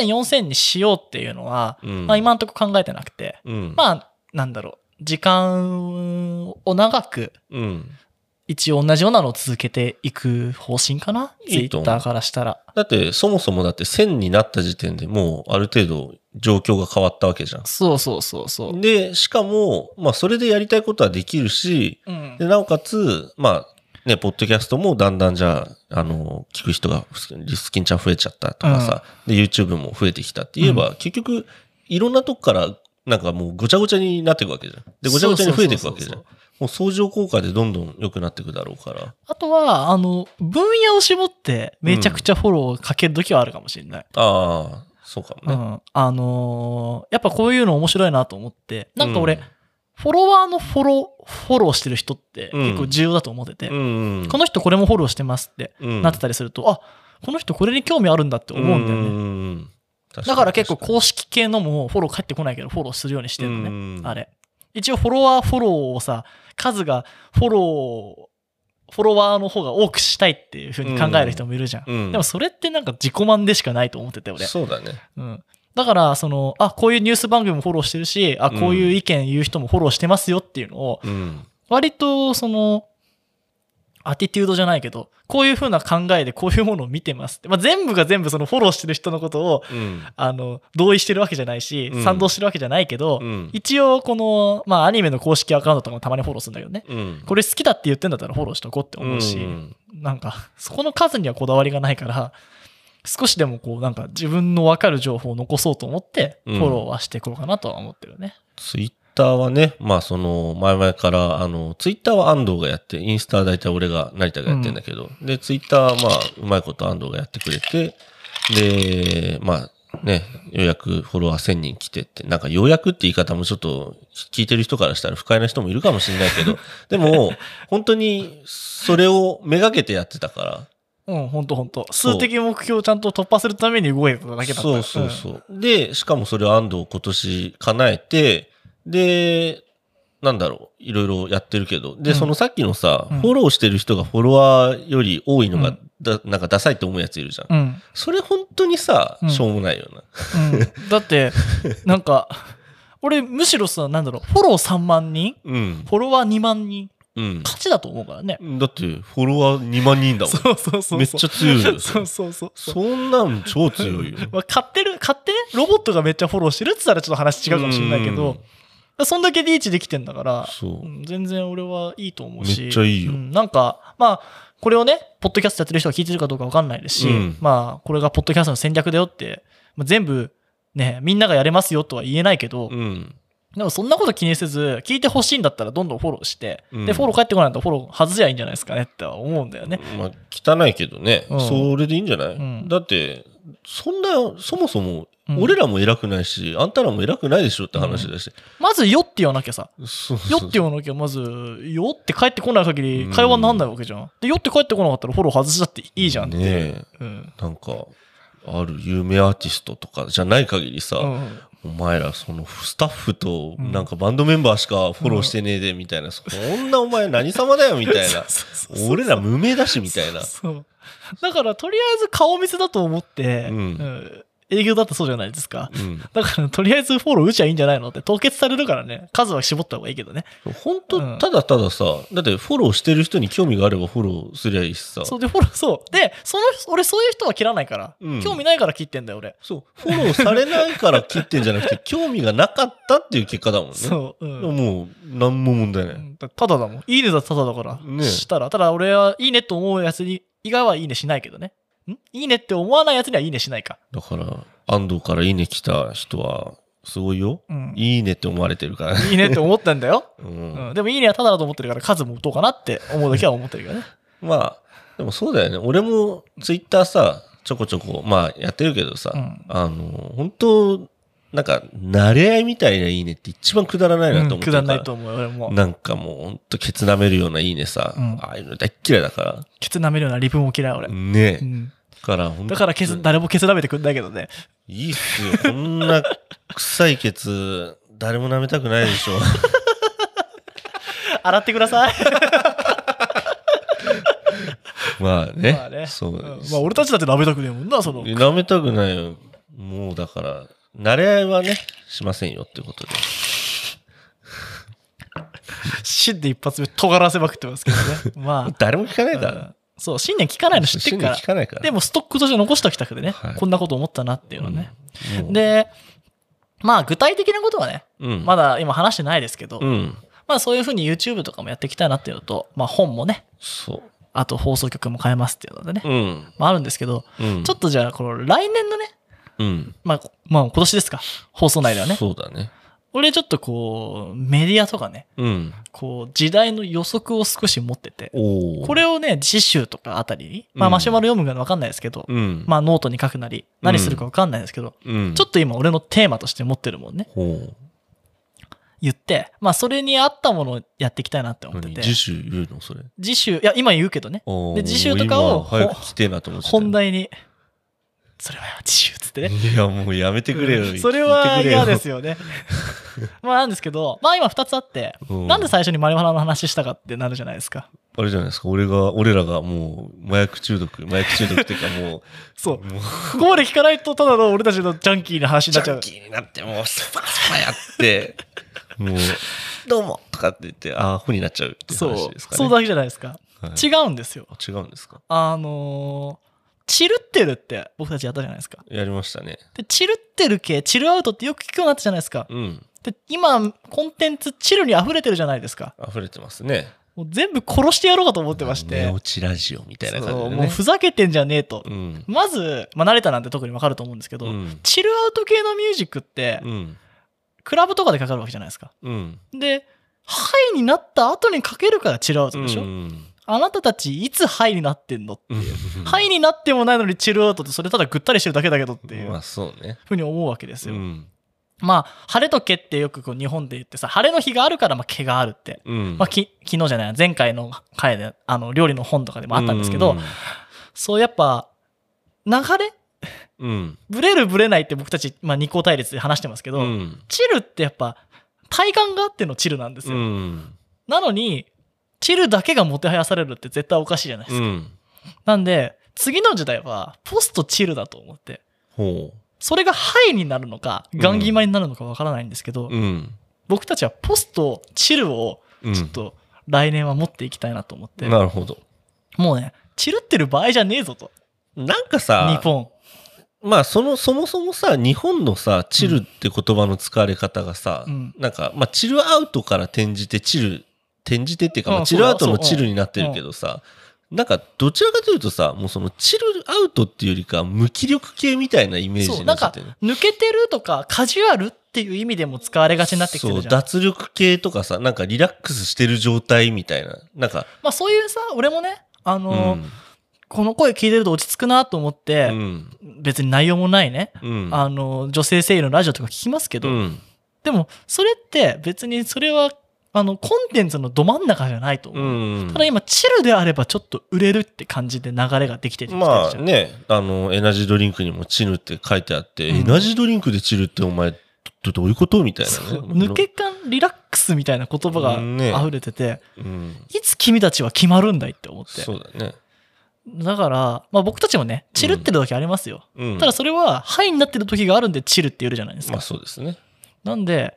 Speaker 2: 3000、4000にしようっていうのは、
Speaker 1: うん
Speaker 2: まあ今んとこ考えてなくて、
Speaker 1: うん。
Speaker 2: まあなんだろう、時間を長く、
Speaker 1: うん。
Speaker 2: 一応同じようなのを続けていく方針かな、ツイ
Speaker 1: いいと
Speaker 2: ッ
Speaker 1: 思う
Speaker 2: ターからしたら。
Speaker 1: だって、そもそもだって1000になった時点でもうある程度状況が変わったわけじゃ
Speaker 2: そうそうそうそ
Speaker 1: ん。で、しかも、まあそれでやりたいことはできるし、
Speaker 2: う。うん
Speaker 1: で、なおかつ、まあ、ね、ポッドキャストもだんだんじゃあ、あの、聞く人が、リスキンちゃん増えちゃったとかさ、で、YouTube も増えてきたって言えば、結局、いろんなとこから、なんかもうごちゃごちゃになっていくわけじゃん。で、ごちゃごちゃに増えていくわけじゃん。
Speaker 2: そうそうそう
Speaker 1: もう相乗効果でどんどん良くなっていくだろうから。
Speaker 2: あとは、あの、分野を絞ってめちゃくちゃフォローをかける時はあるかもしれない。
Speaker 1: ああ、そうかもね。
Speaker 2: うん。あのーやっぱこういうの面白いなと思って、なんか俺、
Speaker 1: うん
Speaker 2: フォロワーのフォロー、フォローしてる人って結構重要だと思ってて、
Speaker 1: うん。
Speaker 2: この人これもフォローしてますって
Speaker 1: の
Speaker 2: なってたりすると、あ、この人これに興味あるんだって思うんだよね。
Speaker 1: ね。確に
Speaker 2: だから結構
Speaker 1: 確
Speaker 2: 公式系のもフォロー返ってこないけどフォローするようにしてるのね。
Speaker 1: うん
Speaker 2: あれ。一応フォロワーフォローをさ、数がフォローを、フォロワーの方が多くしたいっていう風に考える人もいるじゃん。
Speaker 1: うんうん
Speaker 2: でもそれってなんか自己満でしかないと思ってて
Speaker 1: か
Speaker 2: 俺
Speaker 1: に。そうだね。
Speaker 2: うん。だから、その、あ、こういうニュース番組もフォローしてるし、あ、こういう意見言う人もフォローしてますよっていうのを、
Speaker 1: うん。
Speaker 2: 割とその、アティテュードじゃないけど、こういう風な考えでこういうものを見てますって。まあ、全部が全部そのフォローしてる人のことを、
Speaker 1: うん。
Speaker 2: あの、同意してるわけじゃないし、
Speaker 1: うん
Speaker 2: 賛同してるわけじゃ ないけど、
Speaker 1: うん
Speaker 2: 一応この、まあ、アニメの公式アカウントとかもたまにフォローするんだけどね。
Speaker 1: うん。
Speaker 2: これ好きだって言ってんだったらフォローしとこうって思うし、
Speaker 1: うん
Speaker 2: なんか、そこの数にはこだわりがないから、少しでもこう、なんか自分のわかる情報を残そうと思って、フ
Speaker 1: うん
Speaker 2: ォローはしていこうかなとは思ってるね。
Speaker 1: ツイッターはね、まあその、前々から、あの、ツイッターは安藤がやって、インスタは大体俺が、成田がやってんだけど、で、ツイッターはまあ、うまいこと安藤がやってくれて、で、まあね、ようやくフォロワー1000人来てって、なんかようやくって言い方もちょっと聞いてる人からしたら不快な人もいるかもしれないけど、でも、本当にそれをめがけてやってたから、
Speaker 2: うん、ほんとほんと。
Speaker 1: そう
Speaker 2: 数的目標をちゃんと突破するために動いただけだったか
Speaker 1: そ
Speaker 2: ら
Speaker 1: うそうそう。で、しかもそれを安藤今年叶えて、で、なんだろう、いろいろやってるけど、で、
Speaker 2: うん
Speaker 1: そのさっきのさ、
Speaker 2: うん
Speaker 1: フォローしてる人がフォロワーより多いの
Speaker 2: う
Speaker 1: が
Speaker 2: ん、
Speaker 1: だなんかダサいって思うやついるじゃん。
Speaker 2: うん。うん
Speaker 1: それ本当にさ
Speaker 2: う、ん
Speaker 1: しょうもないよな。
Speaker 2: うんだ って、なんか、俺むしろさ、なんだろう、フォロー3万人
Speaker 1: うん。
Speaker 2: フォロワー2万人
Speaker 1: うん。
Speaker 2: 価値だと思うからね。
Speaker 1: だって、フォロワー2万人だもん。
Speaker 2: そうそうそうそう。
Speaker 1: めっちゃ強いよ。
Speaker 2: そうそうそうそう。
Speaker 1: そんなん超強 いよ。
Speaker 2: まあ、買ってる買ってロボットがめっちゃフォローしてるって言ったらちょっと話違うかもしれないけど、そんだけリーチできてんだから、
Speaker 1: そう
Speaker 2: うん全然俺はいいと思うし
Speaker 1: めっちゃいいよ
Speaker 2: うんなんかまあこれをねポッドキャストやってる人が聞いてるかどうか分かんないですし、
Speaker 1: うん
Speaker 2: まあこれがポッドキャストの戦略だよって、まあ、全部ねみんながやれますよとは言えないけど、
Speaker 1: うん。うん。
Speaker 2: でもそんなこと気にせず聞いてほしいんだったらどんどんフォローして、
Speaker 1: うん
Speaker 2: でフォロー返ってこないんだったらフォロー外せばいいんじゃないですかねっては思うんだよね。
Speaker 1: まあ、汚いけどね、
Speaker 2: うん
Speaker 1: それでいいんじゃない、
Speaker 2: うん
Speaker 1: だって、そんな、そもそも
Speaker 2: う、ん
Speaker 1: 俺らも偉くないし、あんたらも偉くないでしょって話だし。
Speaker 2: まず「よ」って言わなきゃさ
Speaker 1: そう
Speaker 2: よ
Speaker 1: そう
Speaker 2: って言わなきゃ、まず、よって帰ってこない限り、会話にならないわけじゃん。で、よって帰ってこなかったらフォロー外しだっていいじゃんって。
Speaker 1: ねえ
Speaker 2: うん。
Speaker 1: なんか、ある有名アーティストとかじゃない限りさ、
Speaker 2: うん
Speaker 1: お前らそのスタッフと
Speaker 2: うん
Speaker 1: なんかバンドメンバーしかフォローしてねえでみたいな、そんなお前何様だよみたいな。
Speaker 2: そうそうそう
Speaker 1: 俺ら無名だしみたいな。
Speaker 2: そう。だから、とりあえず顔見せだと思って、
Speaker 1: うん
Speaker 2: うん営業だってそうじゃないですか。
Speaker 1: うん。
Speaker 2: だから、とりあえずフォロー打ちゃいいんじゃないのって、凍結されるからね、数は絞った方がいいけどね。
Speaker 1: 本
Speaker 2: うん
Speaker 1: 当ただたださ、だってフォローしてる人に興味があればフォローすりゃいいしさ。
Speaker 2: そうで、フォロー、そう。で、その、俺そういう人は切らないから、
Speaker 1: うん
Speaker 2: 興味ないから切ってんだよ、俺。
Speaker 1: そう、フォローされないから切ってんじゃなくて、興味がなかったっていう結果だもんね。
Speaker 2: そう。うん。
Speaker 1: もう、何も問題な
Speaker 2: う
Speaker 1: い。
Speaker 2: んだただだもん。いいねだただだから。
Speaker 1: ね
Speaker 2: したら、ただ俺はいいねと思うやつに、以外はいいねしないけどね。んいいねって思わないやつにはいいねしないか。
Speaker 1: だから、安藤からいいね来た人は、すごいよ。
Speaker 2: うん
Speaker 1: いいねって思われてるからね。
Speaker 2: いいねって思ったんだよ。
Speaker 1: う
Speaker 2: うんん、でもいいねはただだと思ってるから数も打とうかなって思うだけは思ってるけどね。
Speaker 1: まあ、でもそうだよね。俺も、ツイッターさ、ちょこちょこ、まあ、やってるけどさ、
Speaker 2: うん
Speaker 1: あの、本当なんか、慣れ合いみたいないいねって一番くだらないなと思
Speaker 2: うん
Speaker 1: って
Speaker 2: く
Speaker 1: る
Speaker 2: だ
Speaker 1: から
Speaker 2: ないと思うよ俺も。
Speaker 1: なんかもう、ほんと、ケツ舐めるようないいねさ、
Speaker 2: うん
Speaker 1: ああいうの大っ嫌いだか
Speaker 2: ケツ舐めるようなリプも嫌い俺。
Speaker 1: ら。
Speaker 2: うん
Speaker 1: ねえ。から、ほんと
Speaker 2: だからケツ誰もケツ舐めてくんないけどね。
Speaker 1: いいっすよ。こんな臭いケツ、誰も舐めたくないで しょ。
Speaker 2: 洗ってください。
Speaker 1: まあね。
Speaker 2: まあね。
Speaker 1: そう、
Speaker 2: んまあ俺たちだって舐めたくねえもんな、そ の。
Speaker 1: 舐めたくないよ。もうだから、慣れ合いはね、しませんよってことで。
Speaker 2: 芯で一発目尖らせまくってますけどね。ま あ。
Speaker 1: 誰も聞かないか
Speaker 2: う
Speaker 1: ら。
Speaker 2: んそう、信念聞かないの知ってるから
Speaker 1: 聞。かないから。
Speaker 2: でもストックとして残しておきたくてね、
Speaker 1: はい
Speaker 2: こんなこと思ったなっていうのはね。
Speaker 1: もう、
Speaker 2: で、まあ具体的なことはね、
Speaker 1: うん。
Speaker 2: まだ今話してないですけど、
Speaker 1: うん。
Speaker 2: まあそういうふうに YouTube とかもやっていきたいなっていうのと、まあ本もね、
Speaker 1: そ
Speaker 2: あと放送局も変えますっていうのでね、
Speaker 1: う。うん。
Speaker 2: まああるんですけど、
Speaker 1: うん。
Speaker 2: ちょっとじゃあこの来年のね、
Speaker 1: うん。
Speaker 2: まあ、こまあ今年ですか、放送内ではね、
Speaker 1: そうだね。
Speaker 2: 俺ちょっとこう、メディアとかね、
Speaker 1: うん。
Speaker 2: こう時代の予測を少し持ってて、
Speaker 1: おお。
Speaker 2: これをね、次週とかあたりに、まあ
Speaker 1: うん
Speaker 2: マシュマロ読むかわかんないですけど、
Speaker 1: うん。
Speaker 2: まあノートに書くなり、何するかわかんないですけど、
Speaker 1: うん。
Speaker 2: ちょっと今俺のテーマとして持ってるもんね。
Speaker 1: ほう。
Speaker 2: 言って、まあそれに合ったものをやっていきたいなって思って
Speaker 1: 何
Speaker 2: て。
Speaker 1: 次週言うのそれ。
Speaker 2: 次週、いや今言うけどね。
Speaker 1: おー
Speaker 2: で次週とかを
Speaker 1: 今早く来てえなと思ってた。
Speaker 2: 本題に。それは次週っつってね。
Speaker 1: いや、もうやめてくれよ。
Speaker 2: うんそれは嫌です
Speaker 1: よ。
Speaker 2: よ ね。まあなんですけど、まあ今2つあって、
Speaker 1: うん
Speaker 2: なんで最初にマリファナの話したかってなるじゃないですか。
Speaker 1: あれじゃないですか、俺が、俺らがもう、麻薬中毒、麻薬中毒っていうかもう、
Speaker 2: そう。こ
Speaker 1: もう、
Speaker 2: こまで聞かないと、ただの俺たちのジャンキーな話に
Speaker 1: ジ
Speaker 2: なっちゃ
Speaker 1: ャン
Speaker 2: う。
Speaker 1: キーになって、もう、スパスパやって、もう、どうもとかって言って、あアホになっちゃうっていう
Speaker 2: そ
Speaker 1: 話
Speaker 2: う
Speaker 1: です。かね。
Speaker 2: そうだけじゃないですか。
Speaker 1: はい
Speaker 2: 違うんですよ。
Speaker 1: あ違うんですか
Speaker 2: あのーチルってるって僕たちやったじゃないですか。
Speaker 1: やりましたね。
Speaker 2: で、チルってる系、チルアウトってよく聞くようになったじゃないですか。
Speaker 1: うん。
Speaker 2: で、今、コンテンツチルに溢れてるじゃないですか。
Speaker 1: 溢れてますね。
Speaker 2: もう全部殺してやろうかと思ってまし
Speaker 1: ネ
Speaker 2: て。
Speaker 1: オチラジオみたいな感じ
Speaker 2: そ
Speaker 1: で
Speaker 2: う
Speaker 1: ね。
Speaker 2: もうふざけてんじゃねえと。
Speaker 1: うん。
Speaker 2: まず、まあ、慣れたなんて特にわかると思うんですけど、
Speaker 1: うん
Speaker 2: チルアウト系のミュージックって、
Speaker 1: うん。
Speaker 2: クラブとかでかかるわけじゃないですか。
Speaker 1: うん。
Speaker 2: で、ハイになった後にかけるからチルアウトでしょ、
Speaker 1: うん
Speaker 2: あなたたちいつハイになってんのハイになってもないのにチルアウトってそれただぐったりしてるだけだけどってい
Speaker 1: ま
Speaker 2: う
Speaker 1: あそうね。
Speaker 2: ふうに思うわけです
Speaker 1: う
Speaker 2: よ。
Speaker 1: ん。
Speaker 2: まあ、晴れとけってよくこう日本で言ってさ、晴れの日があるからまあ毛があるって。
Speaker 1: うん。
Speaker 2: まあ、き昨日じゃない前回の回であの料理の本とかでもあったんですけど、そうやっぱ流れ
Speaker 1: うん。うん。
Speaker 2: ブレるブレないって僕たち、まあ、二項対立で話してますけど、
Speaker 1: うん。
Speaker 2: チルってやっぱ体感があってのチルなんです
Speaker 1: う
Speaker 2: よ、
Speaker 1: ん。
Speaker 2: なのにチルだけがもてはやされるって絶対おかしいじゃないです
Speaker 1: う
Speaker 2: か、
Speaker 1: ん。
Speaker 2: なんで次の時代はポストチルだと思って
Speaker 1: ほ
Speaker 2: それがハイになるのかガンギマになるのかわからないんですけど、
Speaker 1: う。うん。
Speaker 2: 僕たちはポストチルを
Speaker 1: うん
Speaker 2: ちょっと来年は持っていきたいなと思って、
Speaker 1: なるほど。
Speaker 2: もうねチルってる場合じゃねえぞと
Speaker 1: なんか
Speaker 2: 日
Speaker 1: さ、
Speaker 2: 本
Speaker 1: まあそのそもそもさ日本のさ「チル」って言葉の使われ方がさ、
Speaker 2: うん
Speaker 1: なんか、まあ、チルアウトから転じてチル転じてっていうか、ま
Speaker 2: う
Speaker 1: あ、
Speaker 2: ん
Speaker 1: チルアウト
Speaker 2: そう
Speaker 1: の
Speaker 2: だそう
Speaker 1: チルになってるけどさ、なんかどちらかというとさもうそのチルアウトっていうよりか無気力系みたいなイメージ
Speaker 2: そう
Speaker 1: にな
Speaker 2: な
Speaker 1: んっちゃ
Speaker 2: か
Speaker 1: ってるね
Speaker 2: 抜けてるとかカジュアルっていう意味でも使われがちになってきてる
Speaker 1: そ
Speaker 2: じ
Speaker 1: う
Speaker 2: ゃん
Speaker 1: 脱力系とかさなんかリラックスしてる状態みたいななんか、
Speaker 2: まあそういうさ俺もねあ
Speaker 1: う
Speaker 2: のー
Speaker 1: ん
Speaker 2: この声聞いてると落ち着くなと思っ
Speaker 1: う
Speaker 2: て、
Speaker 1: ん
Speaker 2: 別に内容もないね、
Speaker 1: うん、
Speaker 2: あのー女性声優のラジオとか聞きますけど、
Speaker 1: うん
Speaker 2: でもそれって別にそれはあのコンテンツのど真ん中じゃないと
Speaker 1: う
Speaker 2: 思う、
Speaker 1: ん
Speaker 2: ただ今チルであればちょっと売れるって感じで流れができてる
Speaker 1: まあね、あの、エナジードリンクにもチルって書いてあって、
Speaker 2: うん
Speaker 1: エナジードリンクでチルってお前、どどういうことみたいなね。
Speaker 2: 抜け感リラックスみたいな言葉
Speaker 1: ね
Speaker 2: が溢れてて、
Speaker 1: うん。
Speaker 2: いつ君たちは決まるんだいって思って
Speaker 1: そうだね。
Speaker 2: だから、まあ、僕たちもねチルってる時ありますよ、
Speaker 1: うん。
Speaker 2: ただそれはハイになってる時があるんでチルって言えるじゃないですか、
Speaker 1: まあそうですね。
Speaker 2: なんで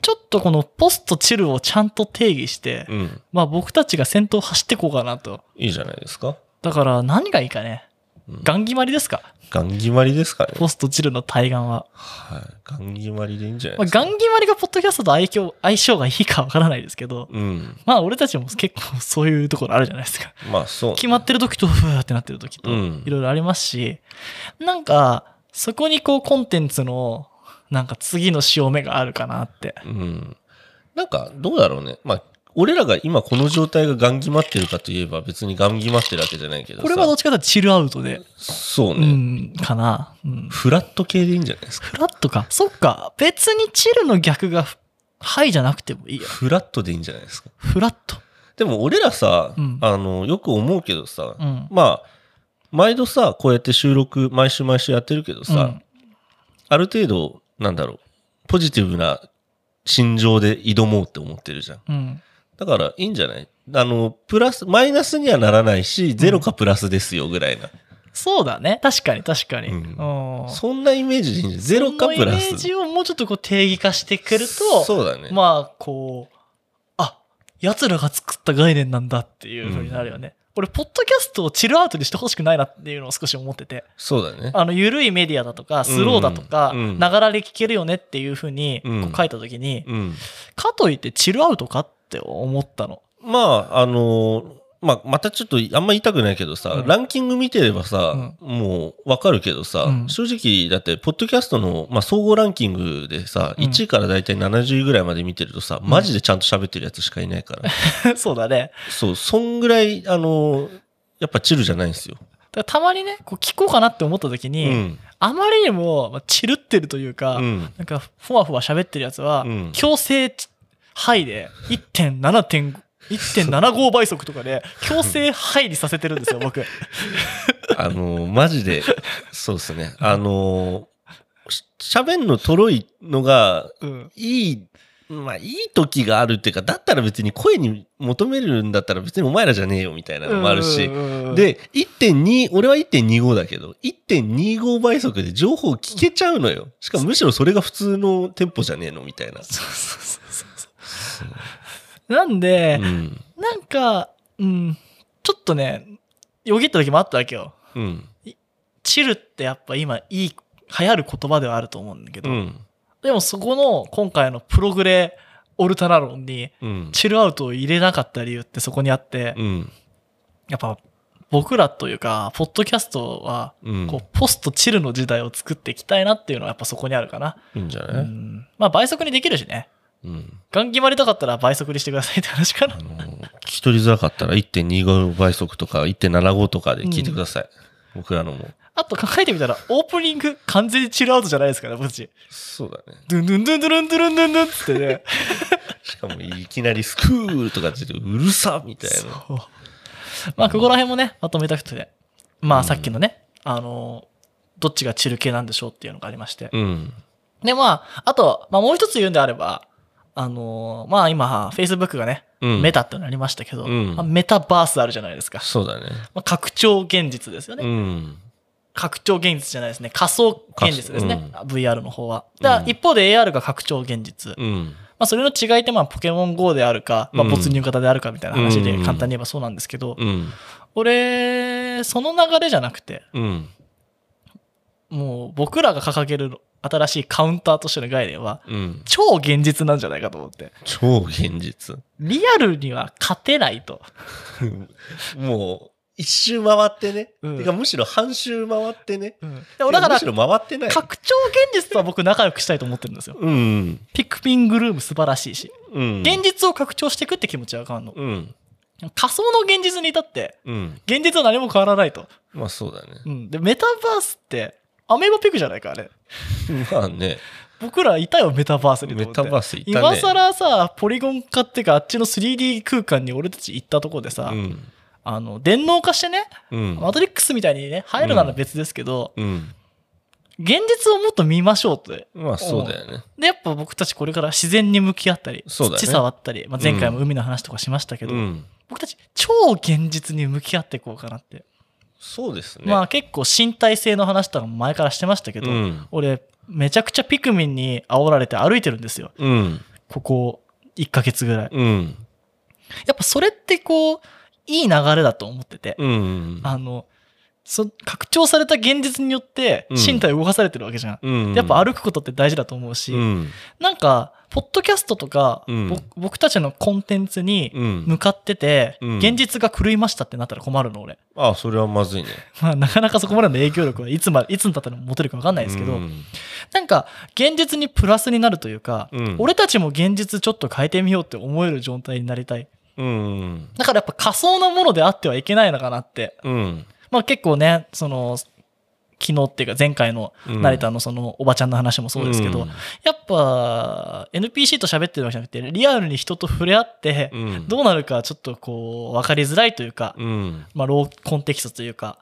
Speaker 2: ちょっとこのポストチルをちゃんと定義して、
Speaker 1: うん。
Speaker 2: まあ僕たちが先頭を走っていこうかなと
Speaker 1: いいじゃないですか。
Speaker 2: だから何がいいかね
Speaker 1: うん
Speaker 2: ガン決まりですか、
Speaker 1: ガン決まりですからね。
Speaker 2: ポストチルの対岸は、
Speaker 1: はい。ガン決まりでいいんじゃない
Speaker 2: まあ、
Speaker 1: ですか。
Speaker 2: ガン決まりがポッドキャストと相性相性がいいかわからないですけど
Speaker 1: うん。
Speaker 2: まあ俺たちも結構そういうところあるじゃないですか
Speaker 1: まあそう。
Speaker 2: 決まってる時とふーってなってる時と
Speaker 1: うん
Speaker 2: いろいろありますし、なんかそこにこうコンテンツのなんか次の潮目があるかなって
Speaker 1: うん。なんか、どうだろうね。まあ、俺らが今この状態がガン決まってるかといえば別にガン決まってるわけじゃないけどさ
Speaker 2: これはどっちかというとチルアウトで、
Speaker 1: そう
Speaker 2: う
Speaker 1: ね、
Speaker 2: んかな、うん、
Speaker 1: フラット系でいいんじゃないですか。
Speaker 2: フラットかそっか別にチルの逆がフハイじゃなくてもいいよ
Speaker 1: フラットでいいんじゃないですか。
Speaker 2: フラット
Speaker 1: でも俺らさ、
Speaker 2: うん
Speaker 1: あのよく思うけどさ、
Speaker 2: うん
Speaker 1: まあ毎度さこうやって収録毎週毎週やってるけどさ、
Speaker 2: うん
Speaker 1: ある程度なんだろうポジティブな心情で挑もうって思ってるじゃん
Speaker 2: うん
Speaker 1: だからいいんじゃないあのプラスマイナスにはならないしゼロかプラスですよぐらいな、
Speaker 2: そうだね確かに確かに、
Speaker 1: う
Speaker 2: うんん、
Speaker 1: そんなイメージでいいんじゃないゼロかプラ
Speaker 2: そのイメー
Speaker 1: ス
Speaker 2: ジをもうちょっとこう定義化してくると
Speaker 1: そうだね、
Speaker 2: まあこうあ奴らが作った概念なんだっていう風になるよね、俺ポッドキャストをチルアウトにしてほしくないなっていうのを少し思ってて
Speaker 1: そうだね
Speaker 2: あの緩いメディアだとかスローだとか
Speaker 1: うん
Speaker 2: ながらで聞けるよねっていう風に
Speaker 1: うん
Speaker 2: こう書いた時に
Speaker 1: うん
Speaker 2: かといってチルアウトかって思ったの
Speaker 1: まあ、あのーまあ、またちょっとあんま言いたくないけどさ、
Speaker 2: うん
Speaker 1: ランキング見てればさ、もうわかるけどさ、
Speaker 2: うん
Speaker 1: 正直だって、ポッドキャストの、まあ、総合ランキングでさ、
Speaker 2: うん
Speaker 1: 1位からだいたい70位ぐらいまで見てるとさ、マジでちゃんと喋ってるやつしかいない から、
Speaker 2: そうだね
Speaker 1: そう、そんぐらい、あのーやっぱチルじゃないんですよ。
Speaker 2: だからたまにねこう聞こうかなって思った時
Speaker 1: う
Speaker 2: に、
Speaker 1: ん。
Speaker 2: あまりにもまあチルってるというか、
Speaker 1: うん。
Speaker 2: なんかふわふわ喋ってるやつは、
Speaker 1: うん
Speaker 2: 強制ハイで1.7.5 1.75倍速とかで強制ハイにさせてるんですよ、僕。
Speaker 1: あのーマジで、そうですね。あのーし喋んのとろいのが、
Speaker 2: うん。
Speaker 1: いい、まあ、いい時があるっていうか、だったら別に声に求めるんだったら別にお前らじゃねえよみたいなのもあるし。
Speaker 2: で、
Speaker 1: で、1.2、俺は1.25だけど、1.25倍速で情報聞けちゃうのよ。しかもむしろそれが普通のテンポじゃねえのみたいな。
Speaker 2: そうそうそうそうそう。なんで
Speaker 1: う、ん。
Speaker 2: なんか、うん、ちょっとね、よぎった時もあったわけよ。
Speaker 1: うん。
Speaker 2: チルってやっぱ今いい、流行る言葉ではあると思うんだけ
Speaker 1: う
Speaker 2: ど、
Speaker 1: ん。
Speaker 2: でもそこの今回のプログレオルタナ論に
Speaker 1: うん。
Speaker 2: チルアウトを入れなかった理由ってそこにあって、
Speaker 1: うん。
Speaker 2: やっぱ僕らというか、ポッドキャストは、
Speaker 1: うん。
Speaker 2: こう、ポストチルの時代を作っていきたいなっていうのはやっぱそこにあるかな。
Speaker 1: いいんじゃ
Speaker 2: う
Speaker 1: ない
Speaker 2: ん。まあ倍速にできるしね。
Speaker 1: うん。
Speaker 2: ガン決まりたかったら倍速にしてくださいって話かな
Speaker 1: あ。の、聞き取りづらかったら1.25倍速とか1.75とかで聞いてください。僕らのも。
Speaker 2: あと考えてみたら、オープニング完全にチルアウトじゃないですから、僕たち。
Speaker 1: そうだね。
Speaker 2: ドゥンドゥンドゥンドゥンドゥンドゥンドゥンってね。
Speaker 1: しかもいきなりスクールとかって言ってうるさみたいな。
Speaker 2: そうまあ、ここら辺もね、まとめたくて、まあ、さっきのね、あの、どっちがチル系なんでしょうっていうのがありまして。
Speaker 1: うん。
Speaker 2: で、まあ、あと、まあ、もう一つ言うんであれば、あの、まあ、今、Facebook がね、
Speaker 1: うん。
Speaker 2: メタってなりましたけど、
Speaker 1: うん
Speaker 2: まあメタバースあるじゃないですか。
Speaker 1: そうだね。
Speaker 2: まあ、拡張現実ですよね。
Speaker 1: うん。
Speaker 2: 拡張現実じゃないですね。仮想現実ですね。VR の方は。だから
Speaker 1: うん
Speaker 2: 一方で AR が拡張現実。
Speaker 1: うん。
Speaker 2: まあ、それの違いって、まあ、ポケモン GO であるか、まあ、
Speaker 1: うん
Speaker 2: 没入型であるかみたいな話で
Speaker 1: うん
Speaker 2: 簡単に言えばそうなんですけど、
Speaker 1: うん。
Speaker 2: 俺、その流れじゃなくて、
Speaker 1: うん。
Speaker 2: もう僕らが掲げる新しいカウンターとしての概念は、
Speaker 1: うん。
Speaker 2: 超現実なんじゃないかと思って。
Speaker 1: 超現実。
Speaker 2: リアルには勝てないと。
Speaker 1: もう、一周回ってね。
Speaker 2: うん
Speaker 1: てか、むしろ半周回ってね。
Speaker 2: でもだか
Speaker 1: む
Speaker 2: ら
Speaker 1: し、ろ回ってない。
Speaker 2: 拡張現実とは僕仲良くしたいと思ってるんですよ。
Speaker 1: うん。
Speaker 2: ピクピングルーム素晴らしいし。
Speaker 1: うん。
Speaker 2: 現実を拡張していくって気持ちは変わんの。
Speaker 1: うん。
Speaker 2: 仮想の現実に至って、
Speaker 1: うん。
Speaker 2: 現実は何も変わらないと。
Speaker 1: まあ、そうだね。
Speaker 2: うん。で、メタバースって、アメーバピクじゃないか、あれ。
Speaker 1: まあね。
Speaker 2: 僕らいたよ、メタバースにと
Speaker 1: メ
Speaker 2: 思って。
Speaker 1: タバース行ったね。
Speaker 2: 今更さ、ポリゴン化っていうか、あっちの 3D 空間に俺たち行ったとこでさ、
Speaker 1: うん。
Speaker 2: あの、電脳化してね、
Speaker 1: うん。
Speaker 2: マトリックスみたいにね、入るなら別ですけど、
Speaker 1: うん。
Speaker 2: 現実をもっと見ましょうって。
Speaker 1: まあ、そうだよね。
Speaker 2: で、やっぱ僕たちこれから自然に向き合ったり、
Speaker 1: そうだね
Speaker 2: 土触ったり、まあ、前回も海の話とかしましたけど、
Speaker 1: うん。
Speaker 2: 僕たち超現実に向き合っていこうかなって。
Speaker 1: そうですね。
Speaker 2: まあ結構身体性の話とかも前からしてましたけど、
Speaker 1: うん
Speaker 2: 俺、めちゃくちゃピクミンに煽られて歩いてるんですよ。
Speaker 1: うん。
Speaker 2: ここ1ヶ月ぐらい。
Speaker 1: うん。
Speaker 2: やっぱそれってこう、いい流れだと思ってて、
Speaker 1: うん。
Speaker 2: あの、そ拡張された現実によって
Speaker 1: うん
Speaker 2: 身体動かされてるわけじゃん。
Speaker 1: うん。
Speaker 2: やっぱ歩くことって大事だと思うし、
Speaker 1: うん。
Speaker 2: なんか、ポッドキャストとか、
Speaker 1: うん
Speaker 2: ぼ僕たちのコンテンツに
Speaker 1: うん。
Speaker 2: 向かってて、
Speaker 1: うん
Speaker 2: 現実が狂いましたってなったら困るの、俺。
Speaker 1: ああ、それはまずいね。
Speaker 2: まあ、なかなかそこまでの影響力はいつまで、いつになったら持てるか分かんないですけど、
Speaker 1: うん
Speaker 2: なんか現実にプラスになるというか、
Speaker 1: うん
Speaker 2: 俺たちも現実ちょっと変えてみようって思える状態になりたい。
Speaker 1: うん。
Speaker 2: だからやっぱ仮想なものであってはいけないのかなって。
Speaker 1: うん。
Speaker 2: まあ結構ね、その、昨日っていうか前回の
Speaker 1: うん
Speaker 2: 成田のそのおばちゃんの話もそうですけど、
Speaker 1: うん
Speaker 2: やっぱ NPC と喋ってるわけじゃなくて、リアルに人と触れ合って、
Speaker 1: うん。
Speaker 2: どうなるかちょっとこう、わかりづらいというか、
Speaker 1: うん。
Speaker 2: まあ、ローコンテキストというか、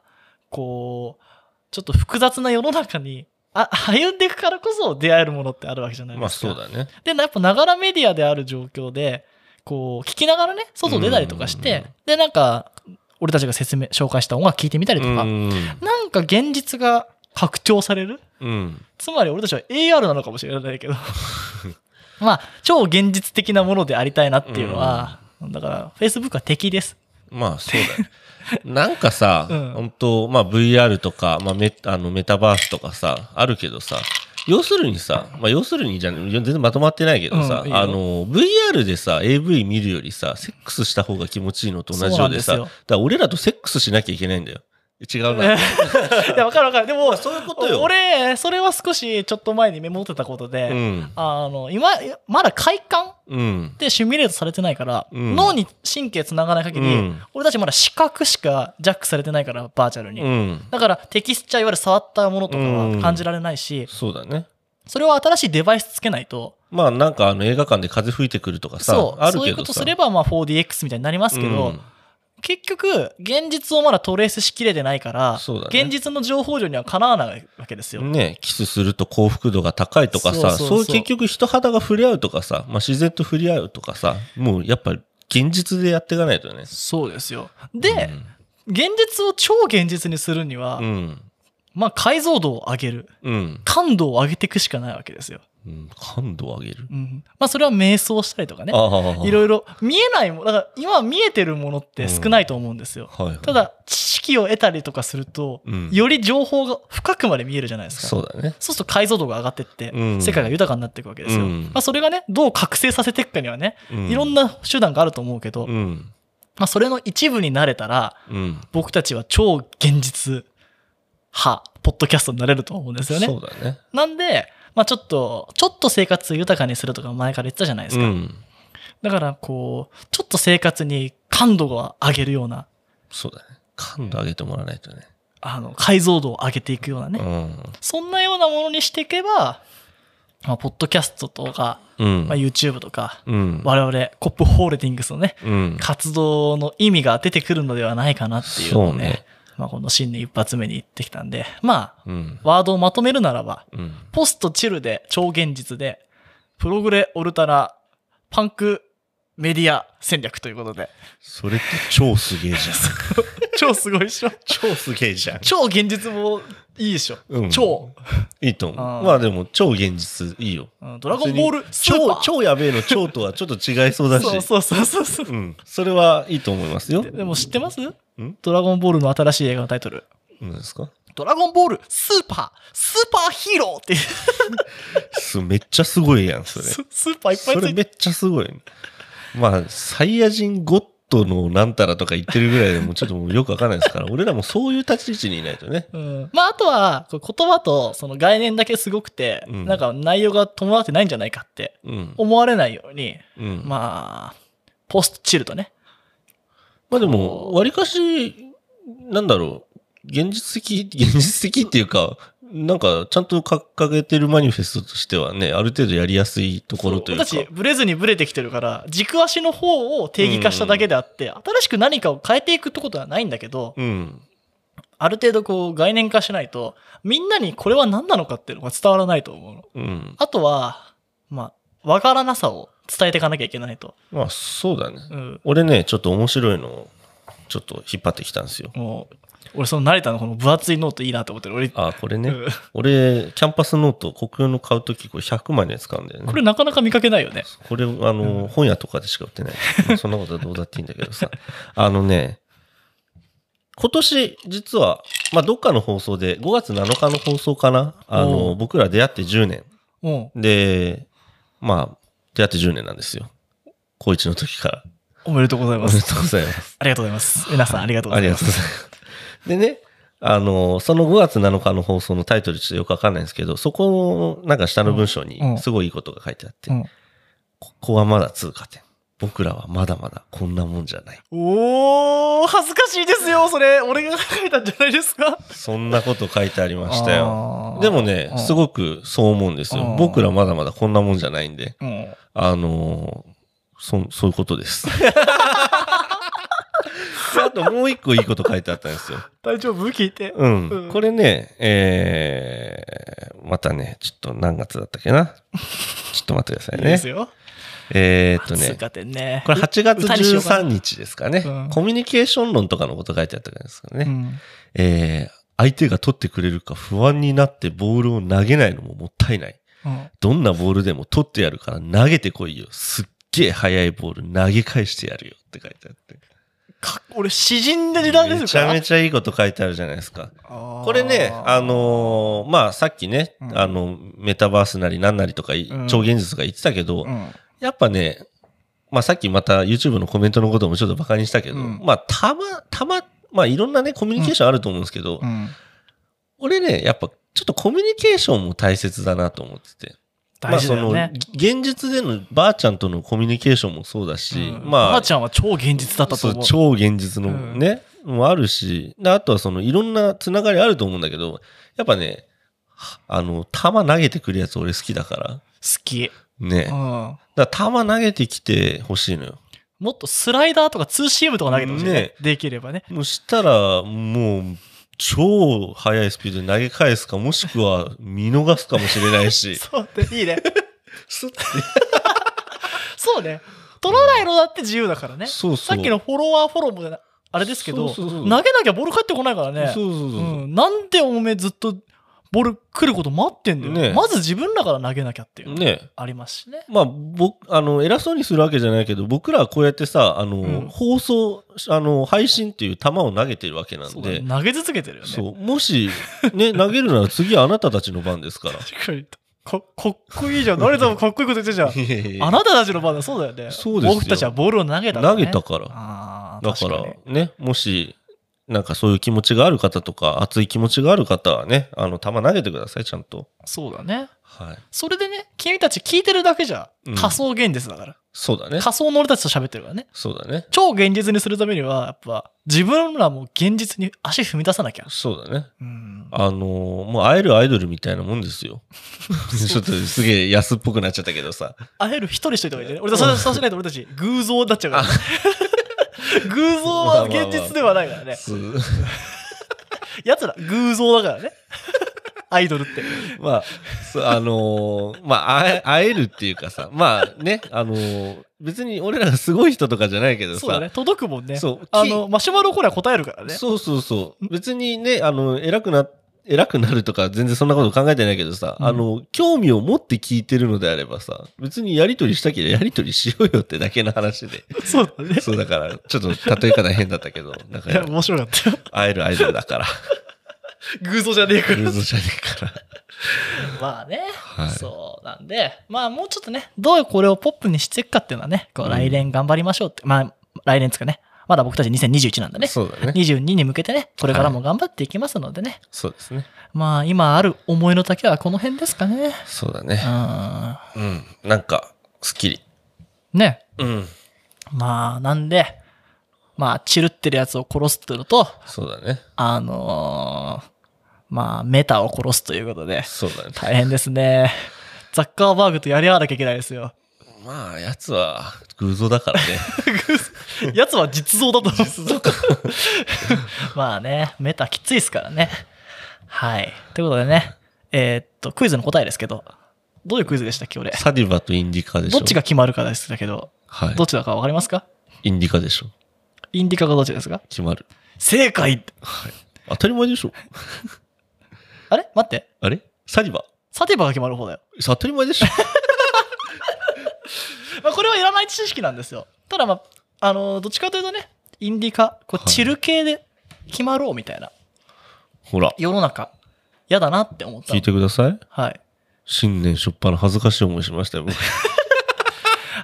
Speaker 2: こう、ちょっと複雑な世の中に、あ、歩んでいくからこそ出会えるものってあるわけじゃない
Speaker 1: ま
Speaker 2: で
Speaker 1: あ
Speaker 2: す
Speaker 1: そ
Speaker 2: か。
Speaker 1: うだね。
Speaker 2: で、やっぱながらメディアである状況で、こう、聞きながらね、外出たりとか
Speaker 1: う
Speaker 2: し
Speaker 1: んうん
Speaker 2: て
Speaker 1: うんうん、
Speaker 2: で、なんか、俺たちが説明、紹介した音楽聞いてみたりとか、
Speaker 1: う
Speaker 2: なんか現実が拡張される
Speaker 1: ん。
Speaker 2: つまり俺たちは AR なのかもしれない けど、まあ、超現実的なものでありたいなっていうのは、だから、Facebook は 敵です。
Speaker 1: まあそうだね。 なんかさ、
Speaker 2: うん
Speaker 1: 本当まあ VR とか、まあメあのメタバースとかさ、あるけどさ、要するにさ、まあ要するにじゃね全然まとまってないけどさ、
Speaker 2: うんいいよ
Speaker 1: あの、VR でさ、AV 見るよりさ、セックスした方が気持ちいいのと同じようでさ、
Speaker 2: そうなん
Speaker 1: だ
Speaker 2: で
Speaker 1: か
Speaker 2: す
Speaker 1: ら俺らとセックスしなきゃいけないんだよ。違うな。
Speaker 2: いや、わかるわかる。でも、
Speaker 1: そういうことよ。
Speaker 2: 俺、それは少しちょっと前にメモってたことで、
Speaker 1: うん。
Speaker 2: あの、今、まだ快感っ
Speaker 1: うん。
Speaker 2: てシミュレートされてないから、
Speaker 1: うん
Speaker 2: 脳に神経つながない限り、
Speaker 1: うん
Speaker 2: 俺たちまだ視覚しかジャックされてないから、バーチャルに。
Speaker 1: うん。
Speaker 2: だから、テキスチャー、いわゆる触ったものとか
Speaker 1: う
Speaker 2: は
Speaker 1: ん
Speaker 2: 感じられないし、
Speaker 1: そうだね。
Speaker 2: それを新しいデバイスつけないと、
Speaker 1: まあなんかあの映画館で風吹いてくるとかさ、
Speaker 2: そう、
Speaker 1: ある
Speaker 2: そうい
Speaker 1: け
Speaker 2: うこ
Speaker 1: ど
Speaker 2: と
Speaker 1: さ。
Speaker 2: すれば、まあ 4DX みたいになりますけど、
Speaker 1: うん
Speaker 2: 結局、現実をまだトレースしきれてないから、
Speaker 1: そうだね
Speaker 2: 現実の情報量にはかなわないわけですよ。
Speaker 1: ね、キスすると幸福度が高いとかさ、
Speaker 2: そうそう
Speaker 1: そう
Speaker 2: そう
Speaker 1: いう結局人肌が触れ合うとかさ、まあ、自然と触れ合うとかさ、もうやっぱ現実でやっていかないとね。
Speaker 2: そうですよ。で、現実を超現実にするには、
Speaker 1: うん、
Speaker 2: まあ、解像度を上げる。
Speaker 1: うん。
Speaker 2: 感度を上げていくしかないわけですよ。
Speaker 1: うん感度を上げる。
Speaker 2: うん。まあ、それは瞑想したりとかね。
Speaker 1: ああ
Speaker 2: いろいろ見えないもの、だから今見えてるものって少ないと思うんですよ。
Speaker 1: はいはい。
Speaker 2: た、だ、知識を得たりとかすると、
Speaker 1: うん
Speaker 2: より情報が深くまで見えるじゃないですか。
Speaker 1: そうだね。
Speaker 2: そうすると解像度が上がってって、
Speaker 1: うん
Speaker 2: 世界が豊かになっていくわけですよ。
Speaker 1: うん
Speaker 2: まあ、それがね、どう覚醒させていくかにはね、いろん
Speaker 1: な、
Speaker 2: な手段があると思うけど、
Speaker 1: うん。
Speaker 2: まあ、それの一部になれたら、
Speaker 1: うん。
Speaker 2: 僕たちは超現実派、ポッドキャストになれると思うんですよね。
Speaker 1: そうだね。
Speaker 2: なんで、まあ、ちょっと、ちょっと生活豊かにするとか前から言ってたじゃないです
Speaker 1: う
Speaker 2: か。
Speaker 1: ん。
Speaker 2: だから、こう、ちょっと生活に感度を上げるような、
Speaker 1: そうだね。感度上げてもらわないとね。
Speaker 2: あの、解像度を上げていくようなね、そんなようなものにしていけば、まあ、ポッドキャストとか、
Speaker 1: うん。
Speaker 2: まあ、YouTube とか、
Speaker 1: うん。
Speaker 2: 我々、コップホールディングスのね、
Speaker 1: うん。
Speaker 2: 活動の意味が出てくるのではないかなっていうのをね、
Speaker 1: そうね
Speaker 2: まあ、この新年一発目に言ってきたんで、まあ、
Speaker 1: うん。
Speaker 2: ワードをまとめるならば、
Speaker 1: うん。
Speaker 2: ポストチルで超現実で、プログレオルタナ、パンクメディア戦略ということで、
Speaker 1: それって超すげえじゃん。
Speaker 2: 超すごい っしょ。
Speaker 1: 超すげえじゃん。
Speaker 2: 超現実もいいでしょ。
Speaker 1: うん
Speaker 2: 超、
Speaker 1: いいと思う。
Speaker 2: あー
Speaker 1: まあでも、超現実、いいよ。
Speaker 2: うんドラゴンボールスーパー
Speaker 1: 超、超やべえの超とはちょっと違いそうだし。
Speaker 2: そうそうそうそうそう。
Speaker 1: うん。それはいいと思いますよ。
Speaker 2: ででも知ってます
Speaker 1: ん
Speaker 2: ドラゴンボールの新しい映画のタイトル。
Speaker 1: 何ですか
Speaker 2: ドラゴンボールスーパースーパーヒーローっていう
Speaker 1: すめっちゃすごいやん、それ。
Speaker 2: ススーパーいっぱい
Speaker 1: そ
Speaker 2: つ
Speaker 1: れ
Speaker 2: い
Speaker 1: め
Speaker 2: て
Speaker 1: っちゃすごい、まあ、サイヤ人ゴッドのなんたらとか言ってるぐらいでもうちょっともうよくわかんないですから、俺らもそういう立ち位置にいないとね。
Speaker 2: うん、まああとはこう言葉とその概念だけすごくて、
Speaker 1: うん
Speaker 2: なんか内容が伴ってないんじゃないかって
Speaker 1: うん。
Speaker 2: 思われないように、
Speaker 1: うん、まあ、
Speaker 2: まあポストチルとね
Speaker 1: でも、わりかし、なんだろう、現実的、 現実的っていうか、なんか、ちゃんと掲げてるマニフェストとしてはね、ある程度やりやすいところというか。
Speaker 2: 私ブレずにブレてきてるから軸足の方を定義化しただけであって、新しく何かを変えていくってことはないんだけど、
Speaker 1: うん。
Speaker 2: ある程度こう概念化しないとみんなにこれは何なのかっていうのが伝わらないと思うの。
Speaker 1: うん。
Speaker 2: あとはまあわからなさを伝えていかなきゃいけないと。
Speaker 1: まあ、そうだね。
Speaker 2: うん
Speaker 1: 俺ね、ちょっと面白いのを、ちょっと引っ張ってきたんですよ。
Speaker 2: もう、俺その慣れたのこの分厚いノートいいなと思ってる。俺、
Speaker 1: あ、これね。
Speaker 2: うん
Speaker 1: 俺、キャンパスノート、国用の買うとき、これ100枚で使うんだよね。
Speaker 2: これなかなか見かけないよね。
Speaker 1: これ、あの、本屋とかでしか売ってない。 まあそんなことはどうだっていいんだけどさ。 あのね、今年、実は、まあ、どっかの放送で、5月7日の放送かなあ
Speaker 2: お
Speaker 1: の、
Speaker 2: う
Speaker 1: 僕ら出会って10年。
Speaker 2: うん。
Speaker 1: で、まあ、出会って10年なんですよ。高一の時 から。
Speaker 2: おめでとうござい
Speaker 1: お
Speaker 2: ま。
Speaker 1: めですとうございます。
Speaker 2: ありがとうございます。皆さんありがとう ご
Speaker 1: あり
Speaker 2: ざい
Speaker 1: が
Speaker 2: ま
Speaker 1: とう
Speaker 2: す。
Speaker 1: ございます。でね、あの、その5月7日の放送のタイトルちょっとよくわかんないんですけど、そこのなんか下の文章に
Speaker 2: うん
Speaker 1: すごいいいことが書いてあって、
Speaker 2: うん
Speaker 1: ここはまだ通過点。僕らはまだまだこんなもんじゃない。
Speaker 2: おー、恥ずかしいですよ、それ。俺が書いたんじゃないですか。
Speaker 1: そんなこと書いてありましたよ。
Speaker 2: あー
Speaker 1: でもね
Speaker 2: う、ん
Speaker 1: すごくそう思うんです
Speaker 2: う
Speaker 1: よ
Speaker 2: ん。
Speaker 1: 僕らまだまだこんなもんじゃないんで、
Speaker 2: うん。
Speaker 1: あのそ、そういうことです。 あともう一個いいこと書いてあったんですよ。
Speaker 2: 大丈夫聞いて。
Speaker 1: うん。
Speaker 2: うん
Speaker 1: これね、えー、またね、ちょっと何月だったっけな。ちょっと待ってください
Speaker 2: いいで
Speaker 1: ね
Speaker 2: す。よ。
Speaker 1: えーっと
Speaker 2: 通
Speaker 1: ね、
Speaker 2: 過点ね。
Speaker 1: これ8月
Speaker 2: 歌にしようかな
Speaker 1: 13日ですかね。
Speaker 2: うん
Speaker 1: コミュニケーション論とかのこと書いてあったんですけどね。
Speaker 2: うん
Speaker 1: えー、相手が取ってくれるか不安になってボールを投げないのももったいない。
Speaker 2: うん
Speaker 1: どんなボールでも取ってやるから投げてこいよ。すっげえ速いボール投げ返してやるよって書いてあって。
Speaker 2: か俺、詩人で時代で
Speaker 1: め
Speaker 2: す
Speaker 1: ち
Speaker 2: から
Speaker 1: ゃめちゃいいこと書いてあるじゃないですか。
Speaker 2: こ
Speaker 1: これね、あ、のーまあ、さっきね、
Speaker 2: うん
Speaker 1: あの、メタバースなりなんなりとかい、
Speaker 2: うん
Speaker 1: 超現実とか言ってたけど、
Speaker 2: うん
Speaker 1: やっぱね、まあ、さっきまた YouTube のコメントのこともちょっとバカにしたけど、
Speaker 2: うん
Speaker 1: まあ、たま、たま、まあ、いろんなね、コミュニケーションあると思うんですけど、
Speaker 2: うん
Speaker 1: 俺ね、やっぱ、ちょっとコミュニケーションも大切だなと思ってて。
Speaker 2: 大事だよ
Speaker 1: まあ
Speaker 2: ね。、
Speaker 1: その、現実でのばあちゃんとのコミュニケーションもそうだし、
Speaker 2: うん
Speaker 1: まあ、
Speaker 2: ばあちゃんは超現実だったと思う。
Speaker 1: そう超現実のね、もあるしであとはそのいろんなつながりあると思うんだけどやっぱねはあの球投げてくるやつ俺好きだから
Speaker 2: 好き。
Speaker 1: ね
Speaker 2: う
Speaker 1: だか
Speaker 2: ん。
Speaker 1: ら球投げてきてほしいのよ
Speaker 2: もっとスライダーとかツーシームとか投げてほしいね。
Speaker 1: ね
Speaker 2: できればね。
Speaker 1: そしたらもう超速いスピードで投げ返すかもしくは見逃すかもしれない し
Speaker 2: そうで、いいね。
Speaker 1: スッて
Speaker 2: そうね。取らないのだって自由だからね。
Speaker 1: そうそう
Speaker 2: さっきのフォロワーフォローもなあれですけど、
Speaker 1: そうそうそう
Speaker 2: 投げなきゃボール返ってこないからね。
Speaker 1: そうそうそうそう
Speaker 2: うんなんでおめえずっとボール来ること待ってんだよ。
Speaker 1: ねえ
Speaker 2: まず自分らから投げなきゃっていうのが
Speaker 1: ね
Speaker 2: ありますしね。
Speaker 1: まあ、僕、あの、偉そうにするわけじゃないけど、僕らはこうやってさ、あの、
Speaker 2: うん
Speaker 1: 放送、あの、配信っていう球を投げてるわけなん
Speaker 2: そうだ
Speaker 1: で
Speaker 2: ね、投げ続けてるよね。
Speaker 1: そう、もし、ね、投げるなら次はあなたたちの番ですから。
Speaker 2: 確かにかかっこいいじゃん。誰でもかっこいいこと言ってるじゃん。
Speaker 1: いやいやいや
Speaker 2: あなたたちの番だ、そうだよね。
Speaker 1: そうですよ
Speaker 2: 僕たちはボールを投げたから、
Speaker 1: 投
Speaker 2: ね。
Speaker 1: げたから。
Speaker 2: あー
Speaker 1: だから
Speaker 2: 確に、
Speaker 1: ね、もし、なんかそういう気持ちがある方とか、熱い気持ちがある方はね、あの、球投げてください、ちゃんと。
Speaker 2: そうだね。
Speaker 1: はい。
Speaker 2: それでね、君たち聞いてるだけじゃ
Speaker 1: うん
Speaker 2: 仮想現実だから。
Speaker 1: そうだね。
Speaker 2: 仮想の俺たちと喋ってるからね。
Speaker 1: そうだね。
Speaker 2: 超現実にするためには、やっぱ自分らも現実に足踏み出さなきゃ。
Speaker 1: そうだね。
Speaker 2: うん。
Speaker 1: あのもう会えるアイドルみたいなもんです よ。ちょっとすげえ安っぽくなっちゃったけどさ。
Speaker 2: 会える一人しといた方がいいね。俺たち、そうしないと俺たち偶像になっちゃうからね。 偶像は現実ではないからね。
Speaker 1: す
Speaker 2: 奴ら偶像だからね。 アイドルって。
Speaker 1: まあ、そうあのーまあ、会え会えるっていうかさ、まあね、あのー別に俺らがすごい人とかじゃないけどさ、
Speaker 2: そうだね。届くもんね。
Speaker 1: そう
Speaker 2: あの、マシュマロこれは答えるからね。
Speaker 1: そうそうそう。別にね、あの、偉くな、偉くなるとか全然そんなこと考えてないけどさ、
Speaker 2: うん
Speaker 1: あの、興味を持って聞いてるのであればさ、別にやりとりしたければやりとりしようよってだけの話 で。
Speaker 2: そうだね。
Speaker 1: そうだから、ちょっと例え方変だったけど、だか
Speaker 2: いや、
Speaker 1: ら、
Speaker 2: 面白かったよ。
Speaker 1: 会えるアイドルだから、
Speaker 2: 偶像じゃねえか
Speaker 1: ルー
Speaker 2: ら。
Speaker 1: ズじゃねえから。
Speaker 2: まあね。
Speaker 1: はい
Speaker 2: そうなんで、まあもうちょっとね、どうこれをポップにしていくかっていうのはね、こ
Speaker 1: う
Speaker 2: うん来年頑張りましょうって。まあ、来年ですかね。まだ僕たち2021なんだね。
Speaker 1: そうだね。
Speaker 2: 22に向けてね、これからも頑張っていきますのでね。
Speaker 1: そうですね。
Speaker 2: まあ今ある思いの丈はこの辺ですかね。
Speaker 1: そうだ
Speaker 2: う
Speaker 1: ね。
Speaker 2: ん。
Speaker 1: うん。なんか、すっきり。
Speaker 2: ね。
Speaker 1: うん。
Speaker 2: まあなんで、まあチルってるやつを殺すっていうのと、
Speaker 1: そうだね。
Speaker 2: あのーまあメタを殺すということで、
Speaker 1: そうだね。
Speaker 2: 大変で すね。ザッカーバーグとやり合わなきゃいけないですよ。
Speaker 1: まあ、やつは偶像だからね。
Speaker 2: やつは実像だと思う。 まあね、メタきついですからね。はい。ということでね、えーっと、クイズの答えですけど、どういうクイズでしたっけ、俺。
Speaker 1: サディバとインディカでし
Speaker 2: ど
Speaker 1: ょ。
Speaker 2: っちが決まるかですけど、
Speaker 1: はい
Speaker 2: ど。っちだかわかりますか
Speaker 1: インディカでしょ。
Speaker 2: インディカがどっちですか
Speaker 1: 決まる。
Speaker 2: 正解
Speaker 1: 当たり前でしょ。
Speaker 2: あれ待って。
Speaker 1: あれサディバ。
Speaker 2: サティバが決まる方だよ。
Speaker 1: 当たり前で しょ。
Speaker 2: まあ、これはいらない知識なんですよ。ただまあ、あのーどっちかというとね、インディカ、こ
Speaker 1: は
Speaker 2: う、
Speaker 1: い
Speaker 2: チル系で決まろうみたいな、
Speaker 1: ほら、
Speaker 2: 世の中、嫌だなって思った
Speaker 1: 聞
Speaker 2: の
Speaker 1: いてください。
Speaker 2: はい。
Speaker 1: 新年初っ端の恥ずかしい思いしましたよ、僕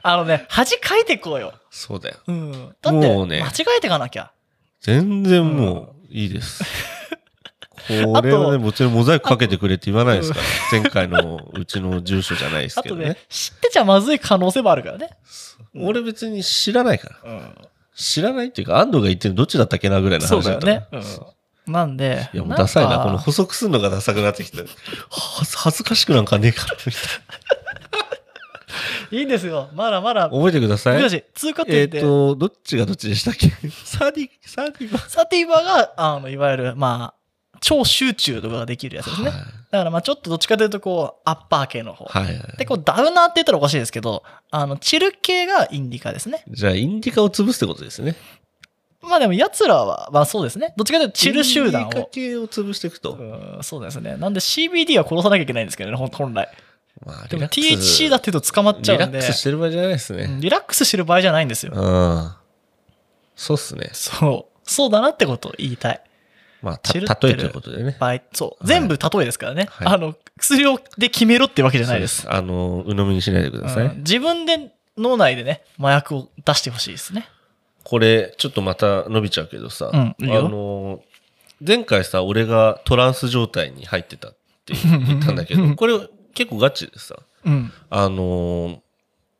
Speaker 2: あのね、恥かいてこうよ。
Speaker 1: そうだよ。
Speaker 2: うん。だって、
Speaker 1: もうね
Speaker 2: 間違えていかなきゃ。
Speaker 1: 全然もう、いい です。これは
Speaker 2: あと
Speaker 1: ね、もちろんモザイクかけてくれって言わないですから。 前回のうちの住所じゃないです
Speaker 2: あ
Speaker 1: け
Speaker 2: と
Speaker 1: ど
Speaker 2: ね、
Speaker 1: ね。
Speaker 2: 知ってちゃまずい可能性もあるからね。うん
Speaker 1: 俺別に知らないから。
Speaker 2: うん。
Speaker 1: 知らないっていうか、安藤が言ってるのどっちだったっけなぐらいの
Speaker 2: そう
Speaker 1: 話
Speaker 2: だ
Speaker 1: だ
Speaker 2: よ
Speaker 1: ったから
Speaker 2: ね。。うん。なんで、
Speaker 1: いや、もうダサい
Speaker 2: ん
Speaker 1: な。
Speaker 2: か
Speaker 1: この補足すんのがダサくなってきてる。は恥ずかしくなんかねえから、みたい
Speaker 2: いいんですよ。まだまだ
Speaker 1: な。、覚えてください
Speaker 2: 僕。たち、通過
Speaker 1: えっ、
Speaker 2: 点で、
Speaker 1: と、どっちがどっちでしたっ けサディ、サディバ。
Speaker 2: サティバが、あの、いわゆる、まあ、超集中とかができるやつですね。だからまあちょっとどっちかというとこう、アッパー系の方。
Speaker 1: はい、はい。
Speaker 2: で、こう、ダウナーって言ったらおかしいですけど、あの、チル系がインディカですね。
Speaker 1: じゃあ、インディカを潰すってことですね。
Speaker 2: まあでも、奴らは、まあそうですね。どっちかというとチル集団
Speaker 1: インディカ
Speaker 2: を。
Speaker 1: 系を潰していくと。
Speaker 2: うん、そうですね。なんで CBD は殺さなきゃいけないんですけどね、ほん本来。
Speaker 1: まあ、
Speaker 2: で
Speaker 1: リ
Speaker 2: も
Speaker 1: ラックス
Speaker 2: THC だって言うと捕まっちゃ
Speaker 1: リ
Speaker 2: う
Speaker 1: ラ
Speaker 2: ん
Speaker 1: ッ
Speaker 2: で
Speaker 1: ク、スしてる場合じゃないです
Speaker 2: う
Speaker 1: ね。
Speaker 2: んリラックスしてる場合じゃないんですよ。
Speaker 1: うん。そうっすね。
Speaker 2: そう。そうだなってことを言いたい。
Speaker 1: まあ、た
Speaker 2: 散るって
Speaker 1: 例
Speaker 2: る
Speaker 1: えということでね。
Speaker 2: 場合、そう。
Speaker 1: はい
Speaker 2: 全部例えですからね。
Speaker 1: はい
Speaker 2: あの、薬をで決めろってわけじゃないです。
Speaker 1: そうあの、鵜呑みにしないでください。
Speaker 2: うん自分で脳内でね、麻薬を出してほしいですね。
Speaker 1: これ、ちょっとまた伸びちゃうけどさ、
Speaker 2: うんいい
Speaker 1: あ
Speaker 2: よ
Speaker 1: の、前回さ、俺がトランス状態に入ってたって言ったんだけど、これ結構ガチでさ、
Speaker 2: うん。
Speaker 1: あの、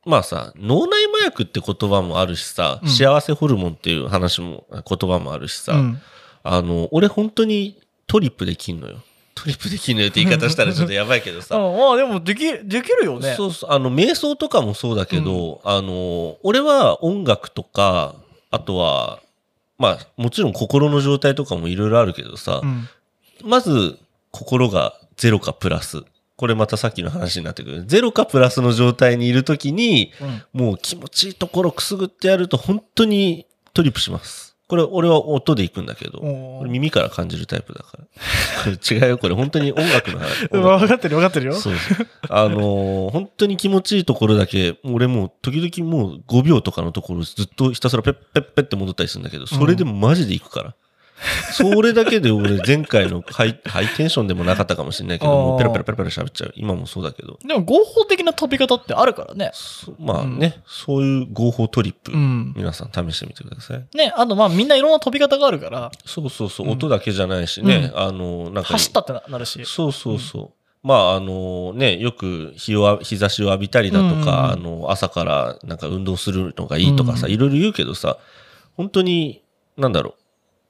Speaker 1: まあさ、脳内麻薬って言葉もあるしさ、
Speaker 2: うん
Speaker 1: 幸せホルモンっていう話も、言葉もあるしさ、
Speaker 2: うん
Speaker 1: あの、俺本当にトリップできんのよ。トリップできんのよって言い方したらちょっとやばいけど
Speaker 2: あ
Speaker 1: さ、
Speaker 2: まあでもできできるよね。
Speaker 1: そうそう、あの、瞑想とかもそうだけど、あの、俺は音楽とか、あとは、まあ、もちろん心の状態とかもいろいろあるけどさ、
Speaker 2: うん
Speaker 1: まず、心がゼロかプラス。これまたさっきの話になってくる。ゼロかプラスの状態にいるときに、
Speaker 2: うん
Speaker 1: もう気持ちいいところくすぐってやると、本当にトリップします。これ俺は音で行くんだけど、
Speaker 2: おー
Speaker 1: 俺耳から感じるタイプだから。これ違うよ、これ本当に音楽の話。
Speaker 2: うん分かってる分かってるよ。
Speaker 1: そうそうあのー本当に気持ちいいところだけ、俺もう時々もう5秒とかのところずっとひたすらペッペッペッって戻ったりするんだけど、それでもマジで行くから。それだけで俺前回のハイハイテンションでもなかったかもしれないけど、もうペラペラペラペラ喋っちゃう。今もそうだけど。
Speaker 2: でも合法的な飛び方ってあるからね。
Speaker 1: そまあね、そういう合法トリップ、
Speaker 2: うん
Speaker 1: 皆さん試してみてください。
Speaker 2: ね、あとまあみんないろんな飛び方があるから、
Speaker 1: そうそうそう、音だけじゃないしね、あの、なんか。
Speaker 2: 走ったってななるし。
Speaker 1: そうそうそう。まあ、あのね、よく日をあ、日差しを浴びたりだとか、
Speaker 2: うん
Speaker 1: あの、朝からなんか運動するのがいいとかさ、いろいろ言うけどさ、本当に、なんだろう、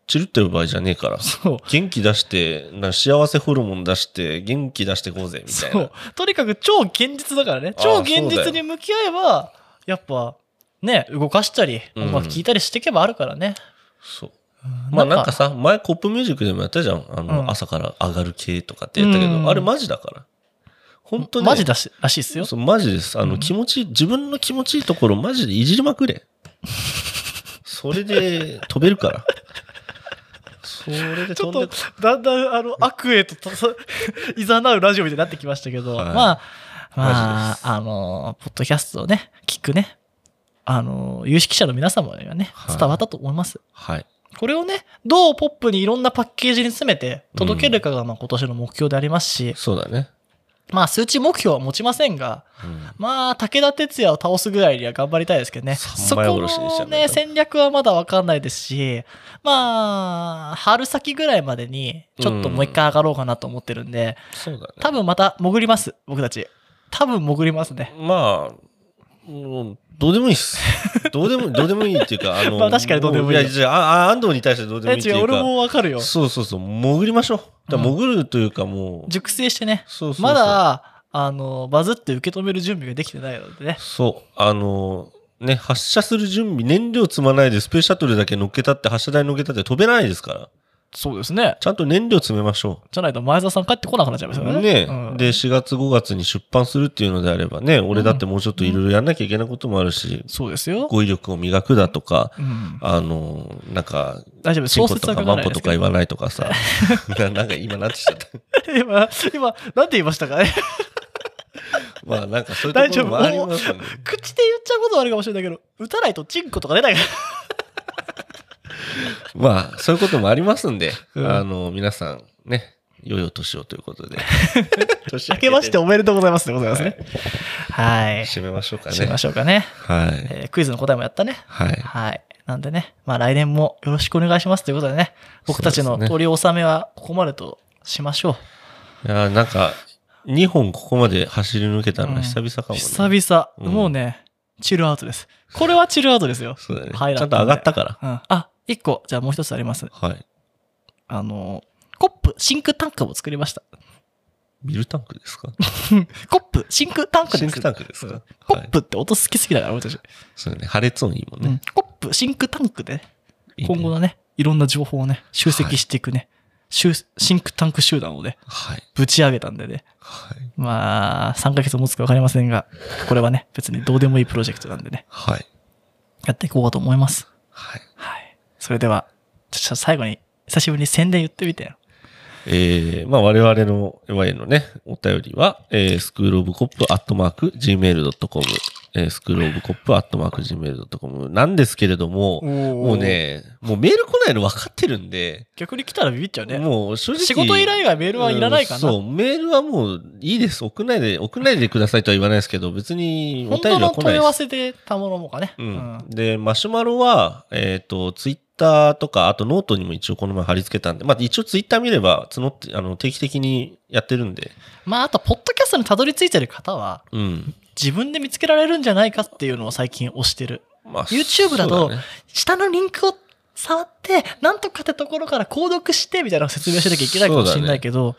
Speaker 1: チルってる場合じゃねえから、
Speaker 2: そう。
Speaker 1: 元気出して、な幸せホルモン出して、元気出してこうぜ、みたい
Speaker 2: そ
Speaker 1: な
Speaker 2: う。。とにかく超現実だからね。
Speaker 1: あー
Speaker 2: 超現実に向き合えば、やっぱ、ね、動かしたり、
Speaker 1: うん
Speaker 2: 音楽聴いたりしていけばあるからね。
Speaker 1: そう。
Speaker 2: うん
Speaker 1: まあなんか、さ、前コップミュージックでもやったじゃん。あの、
Speaker 2: うん
Speaker 1: 朝から上がる系とかってやったけど、
Speaker 2: うん
Speaker 1: あれマジだから。本当に、
Speaker 2: マジだし、らしいっすよ。
Speaker 1: そう、マジです。あ
Speaker 2: う
Speaker 1: の、
Speaker 2: ん
Speaker 1: 気持ちいい、自分の気持ちいいところ、マジでいじりま くれ。それで、飛べるから。それで
Speaker 2: ちょ
Speaker 1: 飛
Speaker 2: っ
Speaker 1: んで
Speaker 2: と、だんだん、あの、悪へと、 いざなうラジオみたいになってきましたけど、
Speaker 1: はい
Speaker 2: まあ、
Speaker 1: マジ
Speaker 2: ま
Speaker 1: で
Speaker 2: あ、あの、ポッドキャストをね、聞くね、あの、有識者の皆様にはね
Speaker 1: は、い
Speaker 2: 伝わったと思います。
Speaker 1: はい。
Speaker 2: これをね、どうポップにいろんなパッケージに詰めて届けるかが、まあ、今年の目標でありますし、
Speaker 1: そうだね。
Speaker 2: まあ、数値目標は持ちませんが、
Speaker 1: うん
Speaker 2: まあ、武田鉄矢を倒すぐらいには頑張りたいですけどね。そ
Speaker 1: 三
Speaker 2: こ
Speaker 1: 枚おろしでしたね
Speaker 2: のね、戦略はまだわかんないですし、まあ、春先ぐらいまでに、ちょっともう一回上がろうかなと思ってるんで、
Speaker 1: そうだね。
Speaker 2: 多分また潜ります、僕たち。多分潜りますね。
Speaker 1: まあ、うんどうでもいいっす。どうで も、どうでもいいっていうか、あの、
Speaker 2: まあ確かにどうでもいいよ
Speaker 1: や、じゃあ、あ安藤に対してどうでも
Speaker 2: え
Speaker 1: いいって
Speaker 2: 違、
Speaker 1: いうう
Speaker 2: 俺
Speaker 1: か。
Speaker 2: もわかるよ。
Speaker 1: そうそうそう、潜りましょう。だから
Speaker 2: うん
Speaker 1: 潜るというか、もう、
Speaker 2: 熟成してね。
Speaker 1: そうそうそう
Speaker 2: ま、だ、あの、バズって受け止める準備ができてないのでね。
Speaker 1: そう、あのね、発射する準備、燃料積まないでスペースシャトルだけ乗っけたって、発射台乗っけたって飛べないですから。
Speaker 2: そうですね。
Speaker 1: ちゃんと燃料詰めましょ
Speaker 2: じゃないと前澤さん帰ってこなくなっちゃいますよ
Speaker 1: う。
Speaker 2: ね。
Speaker 1: ね、
Speaker 2: うん
Speaker 1: で、4月5月に出版するっていうのであればね、俺だってもうちょっといろいろやんなきゃいけないこともあるし、
Speaker 2: そうですよ。
Speaker 1: 語彙力を磨くだとか、
Speaker 2: うん、
Speaker 1: あの、なんか、
Speaker 2: 大丈夫、
Speaker 1: チン
Speaker 2: 小
Speaker 1: コ
Speaker 2: 説
Speaker 1: と
Speaker 2: は
Speaker 1: か
Speaker 2: 書か
Speaker 1: マ
Speaker 2: な
Speaker 1: ン
Speaker 2: い
Speaker 1: コ
Speaker 2: で
Speaker 1: と
Speaker 2: すけ
Speaker 1: か
Speaker 2: ど
Speaker 1: 言わないとかさ、 ななんか今なってきちゃった。
Speaker 2: 今、今、なんて言いましたかね
Speaker 1: まあなんかそういうところもありますよね。
Speaker 2: 口で言っちゃうことはあるかもしれないけど、打たないとチンコとか出ないか
Speaker 1: まあそういうこともありますんで、
Speaker 2: うん
Speaker 1: あの、皆さんね、良いお年をということ で。年
Speaker 2: ら。明けましておめでとうございますでございますね。はい。
Speaker 1: 締めましょうか
Speaker 2: しま
Speaker 1: ね。
Speaker 2: しょうかね。
Speaker 1: はい。
Speaker 2: えークイズの答えもやったね。
Speaker 1: はい。
Speaker 2: はい。なんでね、まあ来年もよろしくお願いしますということでね、僕たち
Speaker 1: そ
Speaker 2: の
Speaker 1: うですね
Speaker 2: 取り納めはここまでとしましょう。
Speaker 1: いやーなんか、2本ここまで走り抜けたの
Speaker 2: う
Speaker 1: は
Speaker 2: ん
Speaker 1: 久々かもね。
Speaker 2: 久々、
Speaker 1: うん
Speaker 2: もうね、チルアウトです。これはチルアウトですよ。
Speaker 1: そうだね。
Speaker 2: はい
Speaker 1: ちゃんと上がったから。
Speaker 2: うん。あ、一個、じゃあもう一つあります。
Speaker 1: はい。
Speaker 2: あの、コップ、シンクタンクを作りました。
Speaker 1: ミルタンクですか
Speaker 2: コップ、シンクタンクです。
Speaker 1: シンクタンクですか
Speaker 2: コ
Speaker 1: は
Speaker 2: ッ
Speaker 1: い。
Speaker 2: プって音好きすぎだから、俺たち。
Speaker 1: そうだね。破裂音いいもん
Speaker 2: う
Speaker 1: ね
Speaker 2: ん。コップ、シンクタンクでね、
Speaker 1: いいね
Speaker 2: 今後のね、いろんな情報をね、集積していくね、集シンクタンク集団をね、
Speaker 1: はい。
Speaker 2: ぶち上げたんでね。
Speaker 1: はい。
Speaker 2: まあ、3ヶ月持つか分かりませんが、これはね、別にどうでもいいプロジェクトなんでね、
Speaker 1: はい。
Speaker 2: やっていこうかと思います。
Speaker 1: はい。
Speaker 2: はい。それでは、ちょっと最後に、久しぶりに宣伝言ってみてよ。
Speaker 1: えー、まあ我々の、我々のね、お便りは、えー、スクールオブコップアットマーク gmail.com、えー、スクールオブコップアットマーク gmail.com なんですけれども、も
Speaker 2: も
Speaker 1: う、ね、もうメール来ないの分かってるんで、
Speaker 2: 逆に来たらビビっちゃうね。
Speaker 1: もう正直。
Speaker 2: 仕事依頼以外メールはいらないかな。
Speaker 1: うんそう、メールはもういいです。送んないで、送んないでくださいとは言わないですけど、別にお便
Speaker 2: 本当
Speaker 1: りは
Speaker 2: の
Speaker 1: 来な
Speaker 2: 問
Speaker 1: いで
Speaker 2: い合わ
Speaker 1: す。
Speaker 2: せでたものもかね。
Speaker 1: うん、で、マシュマロは、えっ、と、ツイッターとか、あとノートにも一応この前貼り付けたんで、まあ一応ツイッター見れば、募って、あの、定期的にやってるんで、
Speaker 2: まあ、あと、ポッドキャストにたどり着いてる方は、
Speaker 1: うん。
Speaker 2: 自分で見つけられるんじゃないかっていうのを最近推してる。
Speaker 1: まあ
Speaker 2: YouTube だ
Speaker 1: そ
Speaker 2: と
Speaker 1: うね、
Speaker 2: 下のリンクを触って、なんとかってところから購読して、みたいな説明をしなきゃいけないかもしれないけど、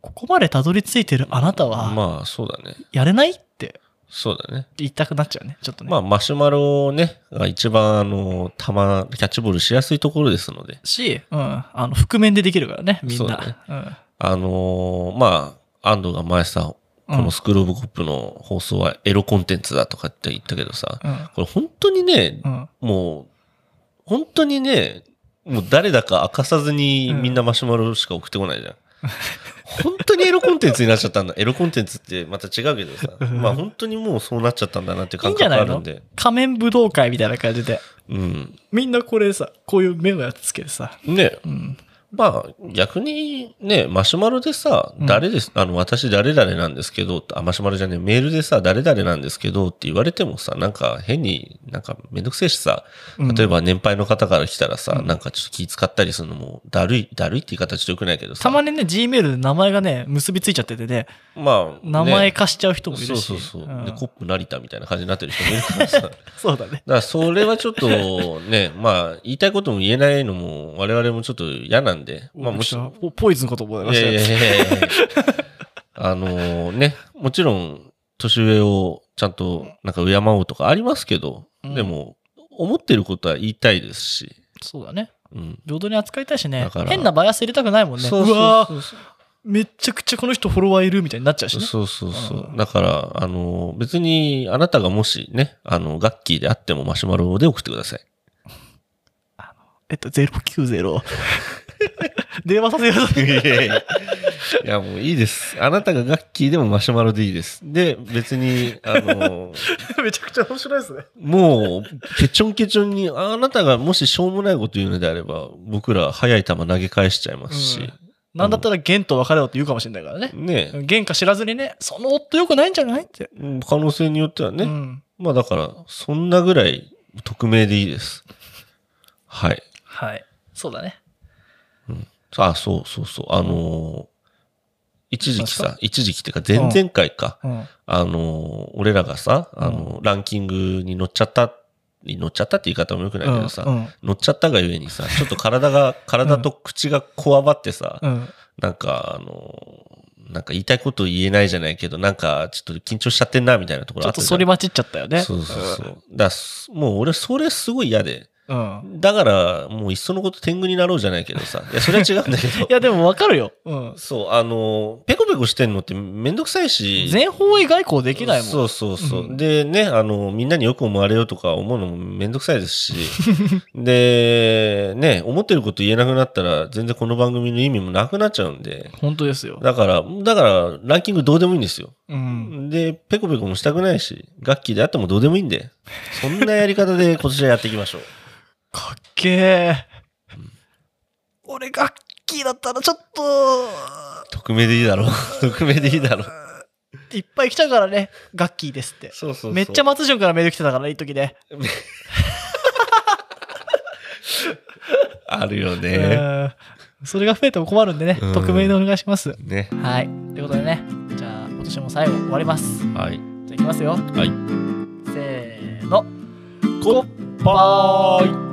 Speaker 2: ここまでたどり着いてるあなたは、
Speaker 1: まあそうだね。
Speaker 2: やれないって
Speaker 1: そうだね。
Speaker 2: 言いたくなっちゃうね、ちょっとね。
Speaker 1: まあマシュマロをね、が一番あの、たま、キャッチボールしやすいところですので、
Speaker 2: し、うん、あの、覆面でできるからね、みん
Speaker 1: そう
Speaker 2: な。
Speaker 1: だねあのーまあ、安藤が前さ、
Speaker 2: うん
Speaker 1: このスクールオブコップの放送はエロコンテンツだとかって言ったけどさ、
Speaker 2: うん。うん。
Speaker 1: これ本当にね
Speaker 2: う、ん。
Speaker 1: もう、本当にね、もう誰だか明かさずにみんなマシュマロしか送ってこないじゃん。本当にエロコンテンツになっちゃったんだ。 エロコンテンツってまた違うけど さ。まあ本当にもうそうなっちゃったんだなって
Speaker 2: いい
Speaker 1: 感
Speaker 2: んじゃ
Speaker 1: 覚
Speaker 2: な
Speaker 1: あ
Speaker 2: い
Speaker 1: るん
Speaker 2: の
Speaker 1: で。
Speaker 2: 仮面武道会みたいな感じで。
Speaker 1: うん。
Speaker 2: みんなこれさ、こういう目のやつつけてさ。
Speaker 1: ね
Speaker 2: うん。
Speaker 1: まあ逆にね、マシュマロでさ、
Speaker 2: うん
Speaker 1: 誰です、あの私誰々なんですけど、あ、マシュマロじゃねえ、メールでさ、誰々なんですけどって言われてもさ、なんか変になんかめんどくせえしさ、
Speaker 2: うん
Speaker 1: 例えば年配の方から来たらさ、
Speaker 2: うん
Speaker 1: なんかちょっと気使ったりするのもだるい、だるいって言い方ちょっと良くないけどさ。
Speaker 2: たまにね、Gmail で名前がね、結びついちゃっててね、
Speaker 1: まあ、
Speaker 2: 名前貸しちゃう人もいるし。
Speaker 1: そうそうそう。
Speaker 2: ん
Speaker 1: で、コップ成田みたいな感じになってる人もいるから さ。だか
Speaker 2: そうだね。
Speaker 1: ら、それはちょっとね、まあ、言いたいことも言えないのも、我々もちょっと嫌なんで、まあ、もちろん。
Speaker 2: ポポイズンかと思いま
Speaker 1: い
Speaker 2: した
Speaker 1: やい
Speaker 2: よ
Speaker 1: やいやいやい やあのね、もちろん、年上をちゃんと、なんか敬おうとかありますけど、
Speaker 2: うん
Speaker 1: でも、思ってることは言いたいですし、
Speaker 2: そうだね。
Speaker 1: うん。
Speaker 2: 平等に扱いたいしね
Speaker 1: だか。ら
Speaker 2: 変なバイアス入れたくないもんね。
Speaker 1: そうそう
Speaker 2: わ
Speaker 1: そう
Speaker 2: ーめちゃくちゃこの人フォロワーいるみたいになっちゃうしね。
Speaker 1: そうそうそう
Speaker 2: う。ん
Speaker 1: だから、あの、別に、あなたがもしね、あの、ガッキーであってもマシュマロで送ってください。
Speaker 2: えっと、090。電話させよう と。
Speaker 1: いやいやいや、もういいです。あなたがガッキーでもマシュマロでいいです。で、別に、あ の、
Speaker 2: めちゃくちゃ面白いですね。
Speaker 1: もう、ケチョンケチョンに、あなたがもししょうもないこと言うのであれば、僕ら早い球投げ返しちゃいますし、
Speaker 2: なんだったら、ゲンと別れろって言うかもしれないからね。
Speaker 1: ね、
Speaker 2: ゲンか知らずにね、その夫よくないんじゃないって。
Speaker 1: 可能性によってはね、
Speaker 2: うん
Speaker 1: まあだから、そんなぐらい匿名でいいです。はい。
Speaker 2: はい。そうだね。
Speaker 1: あ、そうそうそう。あのー一時期
Speaker 2: なん
Speaker 1: さ、一時期っていうか前々回か、
Speaker 2: うん。
Speaker 1: あのー俺らがさ、あのーランキングに乗っちゃった、に乗っちゃったって言い方も良くないけどさ、
Speaker 2: うん
Speaker 1: 乗っちゃったがゆえにさ、ちょっと体 が、体と口がこわばってさ、
Speaker 2: うん。
Speaker 1: なんか、あのーなんか言いたいこと言えないじゃないけど、なんかちょっと緊張しちゃってんな、みたいなとこ
Speaker 2: ち
Speaker 1: ろ
Speaker 2: ょ
Speaker 1: あ
Speaker 2: っ
Speaker 1: った
Speaker 2: と
Speaker 1: じゃん
Speaker 2: 反り待ちっちゃったよね。
Speaker 1: そうそうそう。だすもう俺、それすごい嫌で。
Speaker 2: うん。うん。
Speaker 1: だから、もういっそのこと天狗になろうじゃないけどさ。いや、それは違うんだけど。
Speaker 2: いや、でもわかるよ。うん。
Speaker 1: そう、あのー、ペコペコしてんのってめんどくさいし。
Speaker 2: 全方位外交できないもん。
Speaker 1: そうそうそう。
Speaker 2: うん
Speaker 1: でね、あの、みんなによく思われようとか思うのもめんどくさいです し、で、ね、思ってること言えなくなったら全然この番組の意味もなくなっちゃうんで、
Speaker 2: 本当ですよ。
Speaker 1: だから、だから、ランキングどうでもいいんですよ。
Speaker 2: うん。
Speaker 1: で、ペコペコもしたくないし、楽器であってもどうでもいいんで、そんなやり方で今年はやっていきま しょう。
Speaker 2: かっけえ。俺がッキーだったらちょっと、
Speaker 1: 匿名でいいだろう。 匿名でいいだろう。
Speaker 2: いっぱい来たからね、ガッキーですって。
Speaker 1: そうそうそう
Speaker 2: めっちゃ松潤からメール来てたからね、一時ね。
Speaker 1: あるよ
Speaker 2: う
Speaker 1: ね。
Speaker 2: んそれが増えても困るんでね
Speaker 1: う、ん
Speaker 2: 匿名でお願いします。
Speaker 1: ね。
Speaker 2: はい。ということでね、じゃあ今年も最後終わります。じゃ
Speaker 1: はい。
Speaker 2: あいきますよ。
Speaker 1: はい。
Speaker 2: せーの。
Speaker 1: こっぱーい。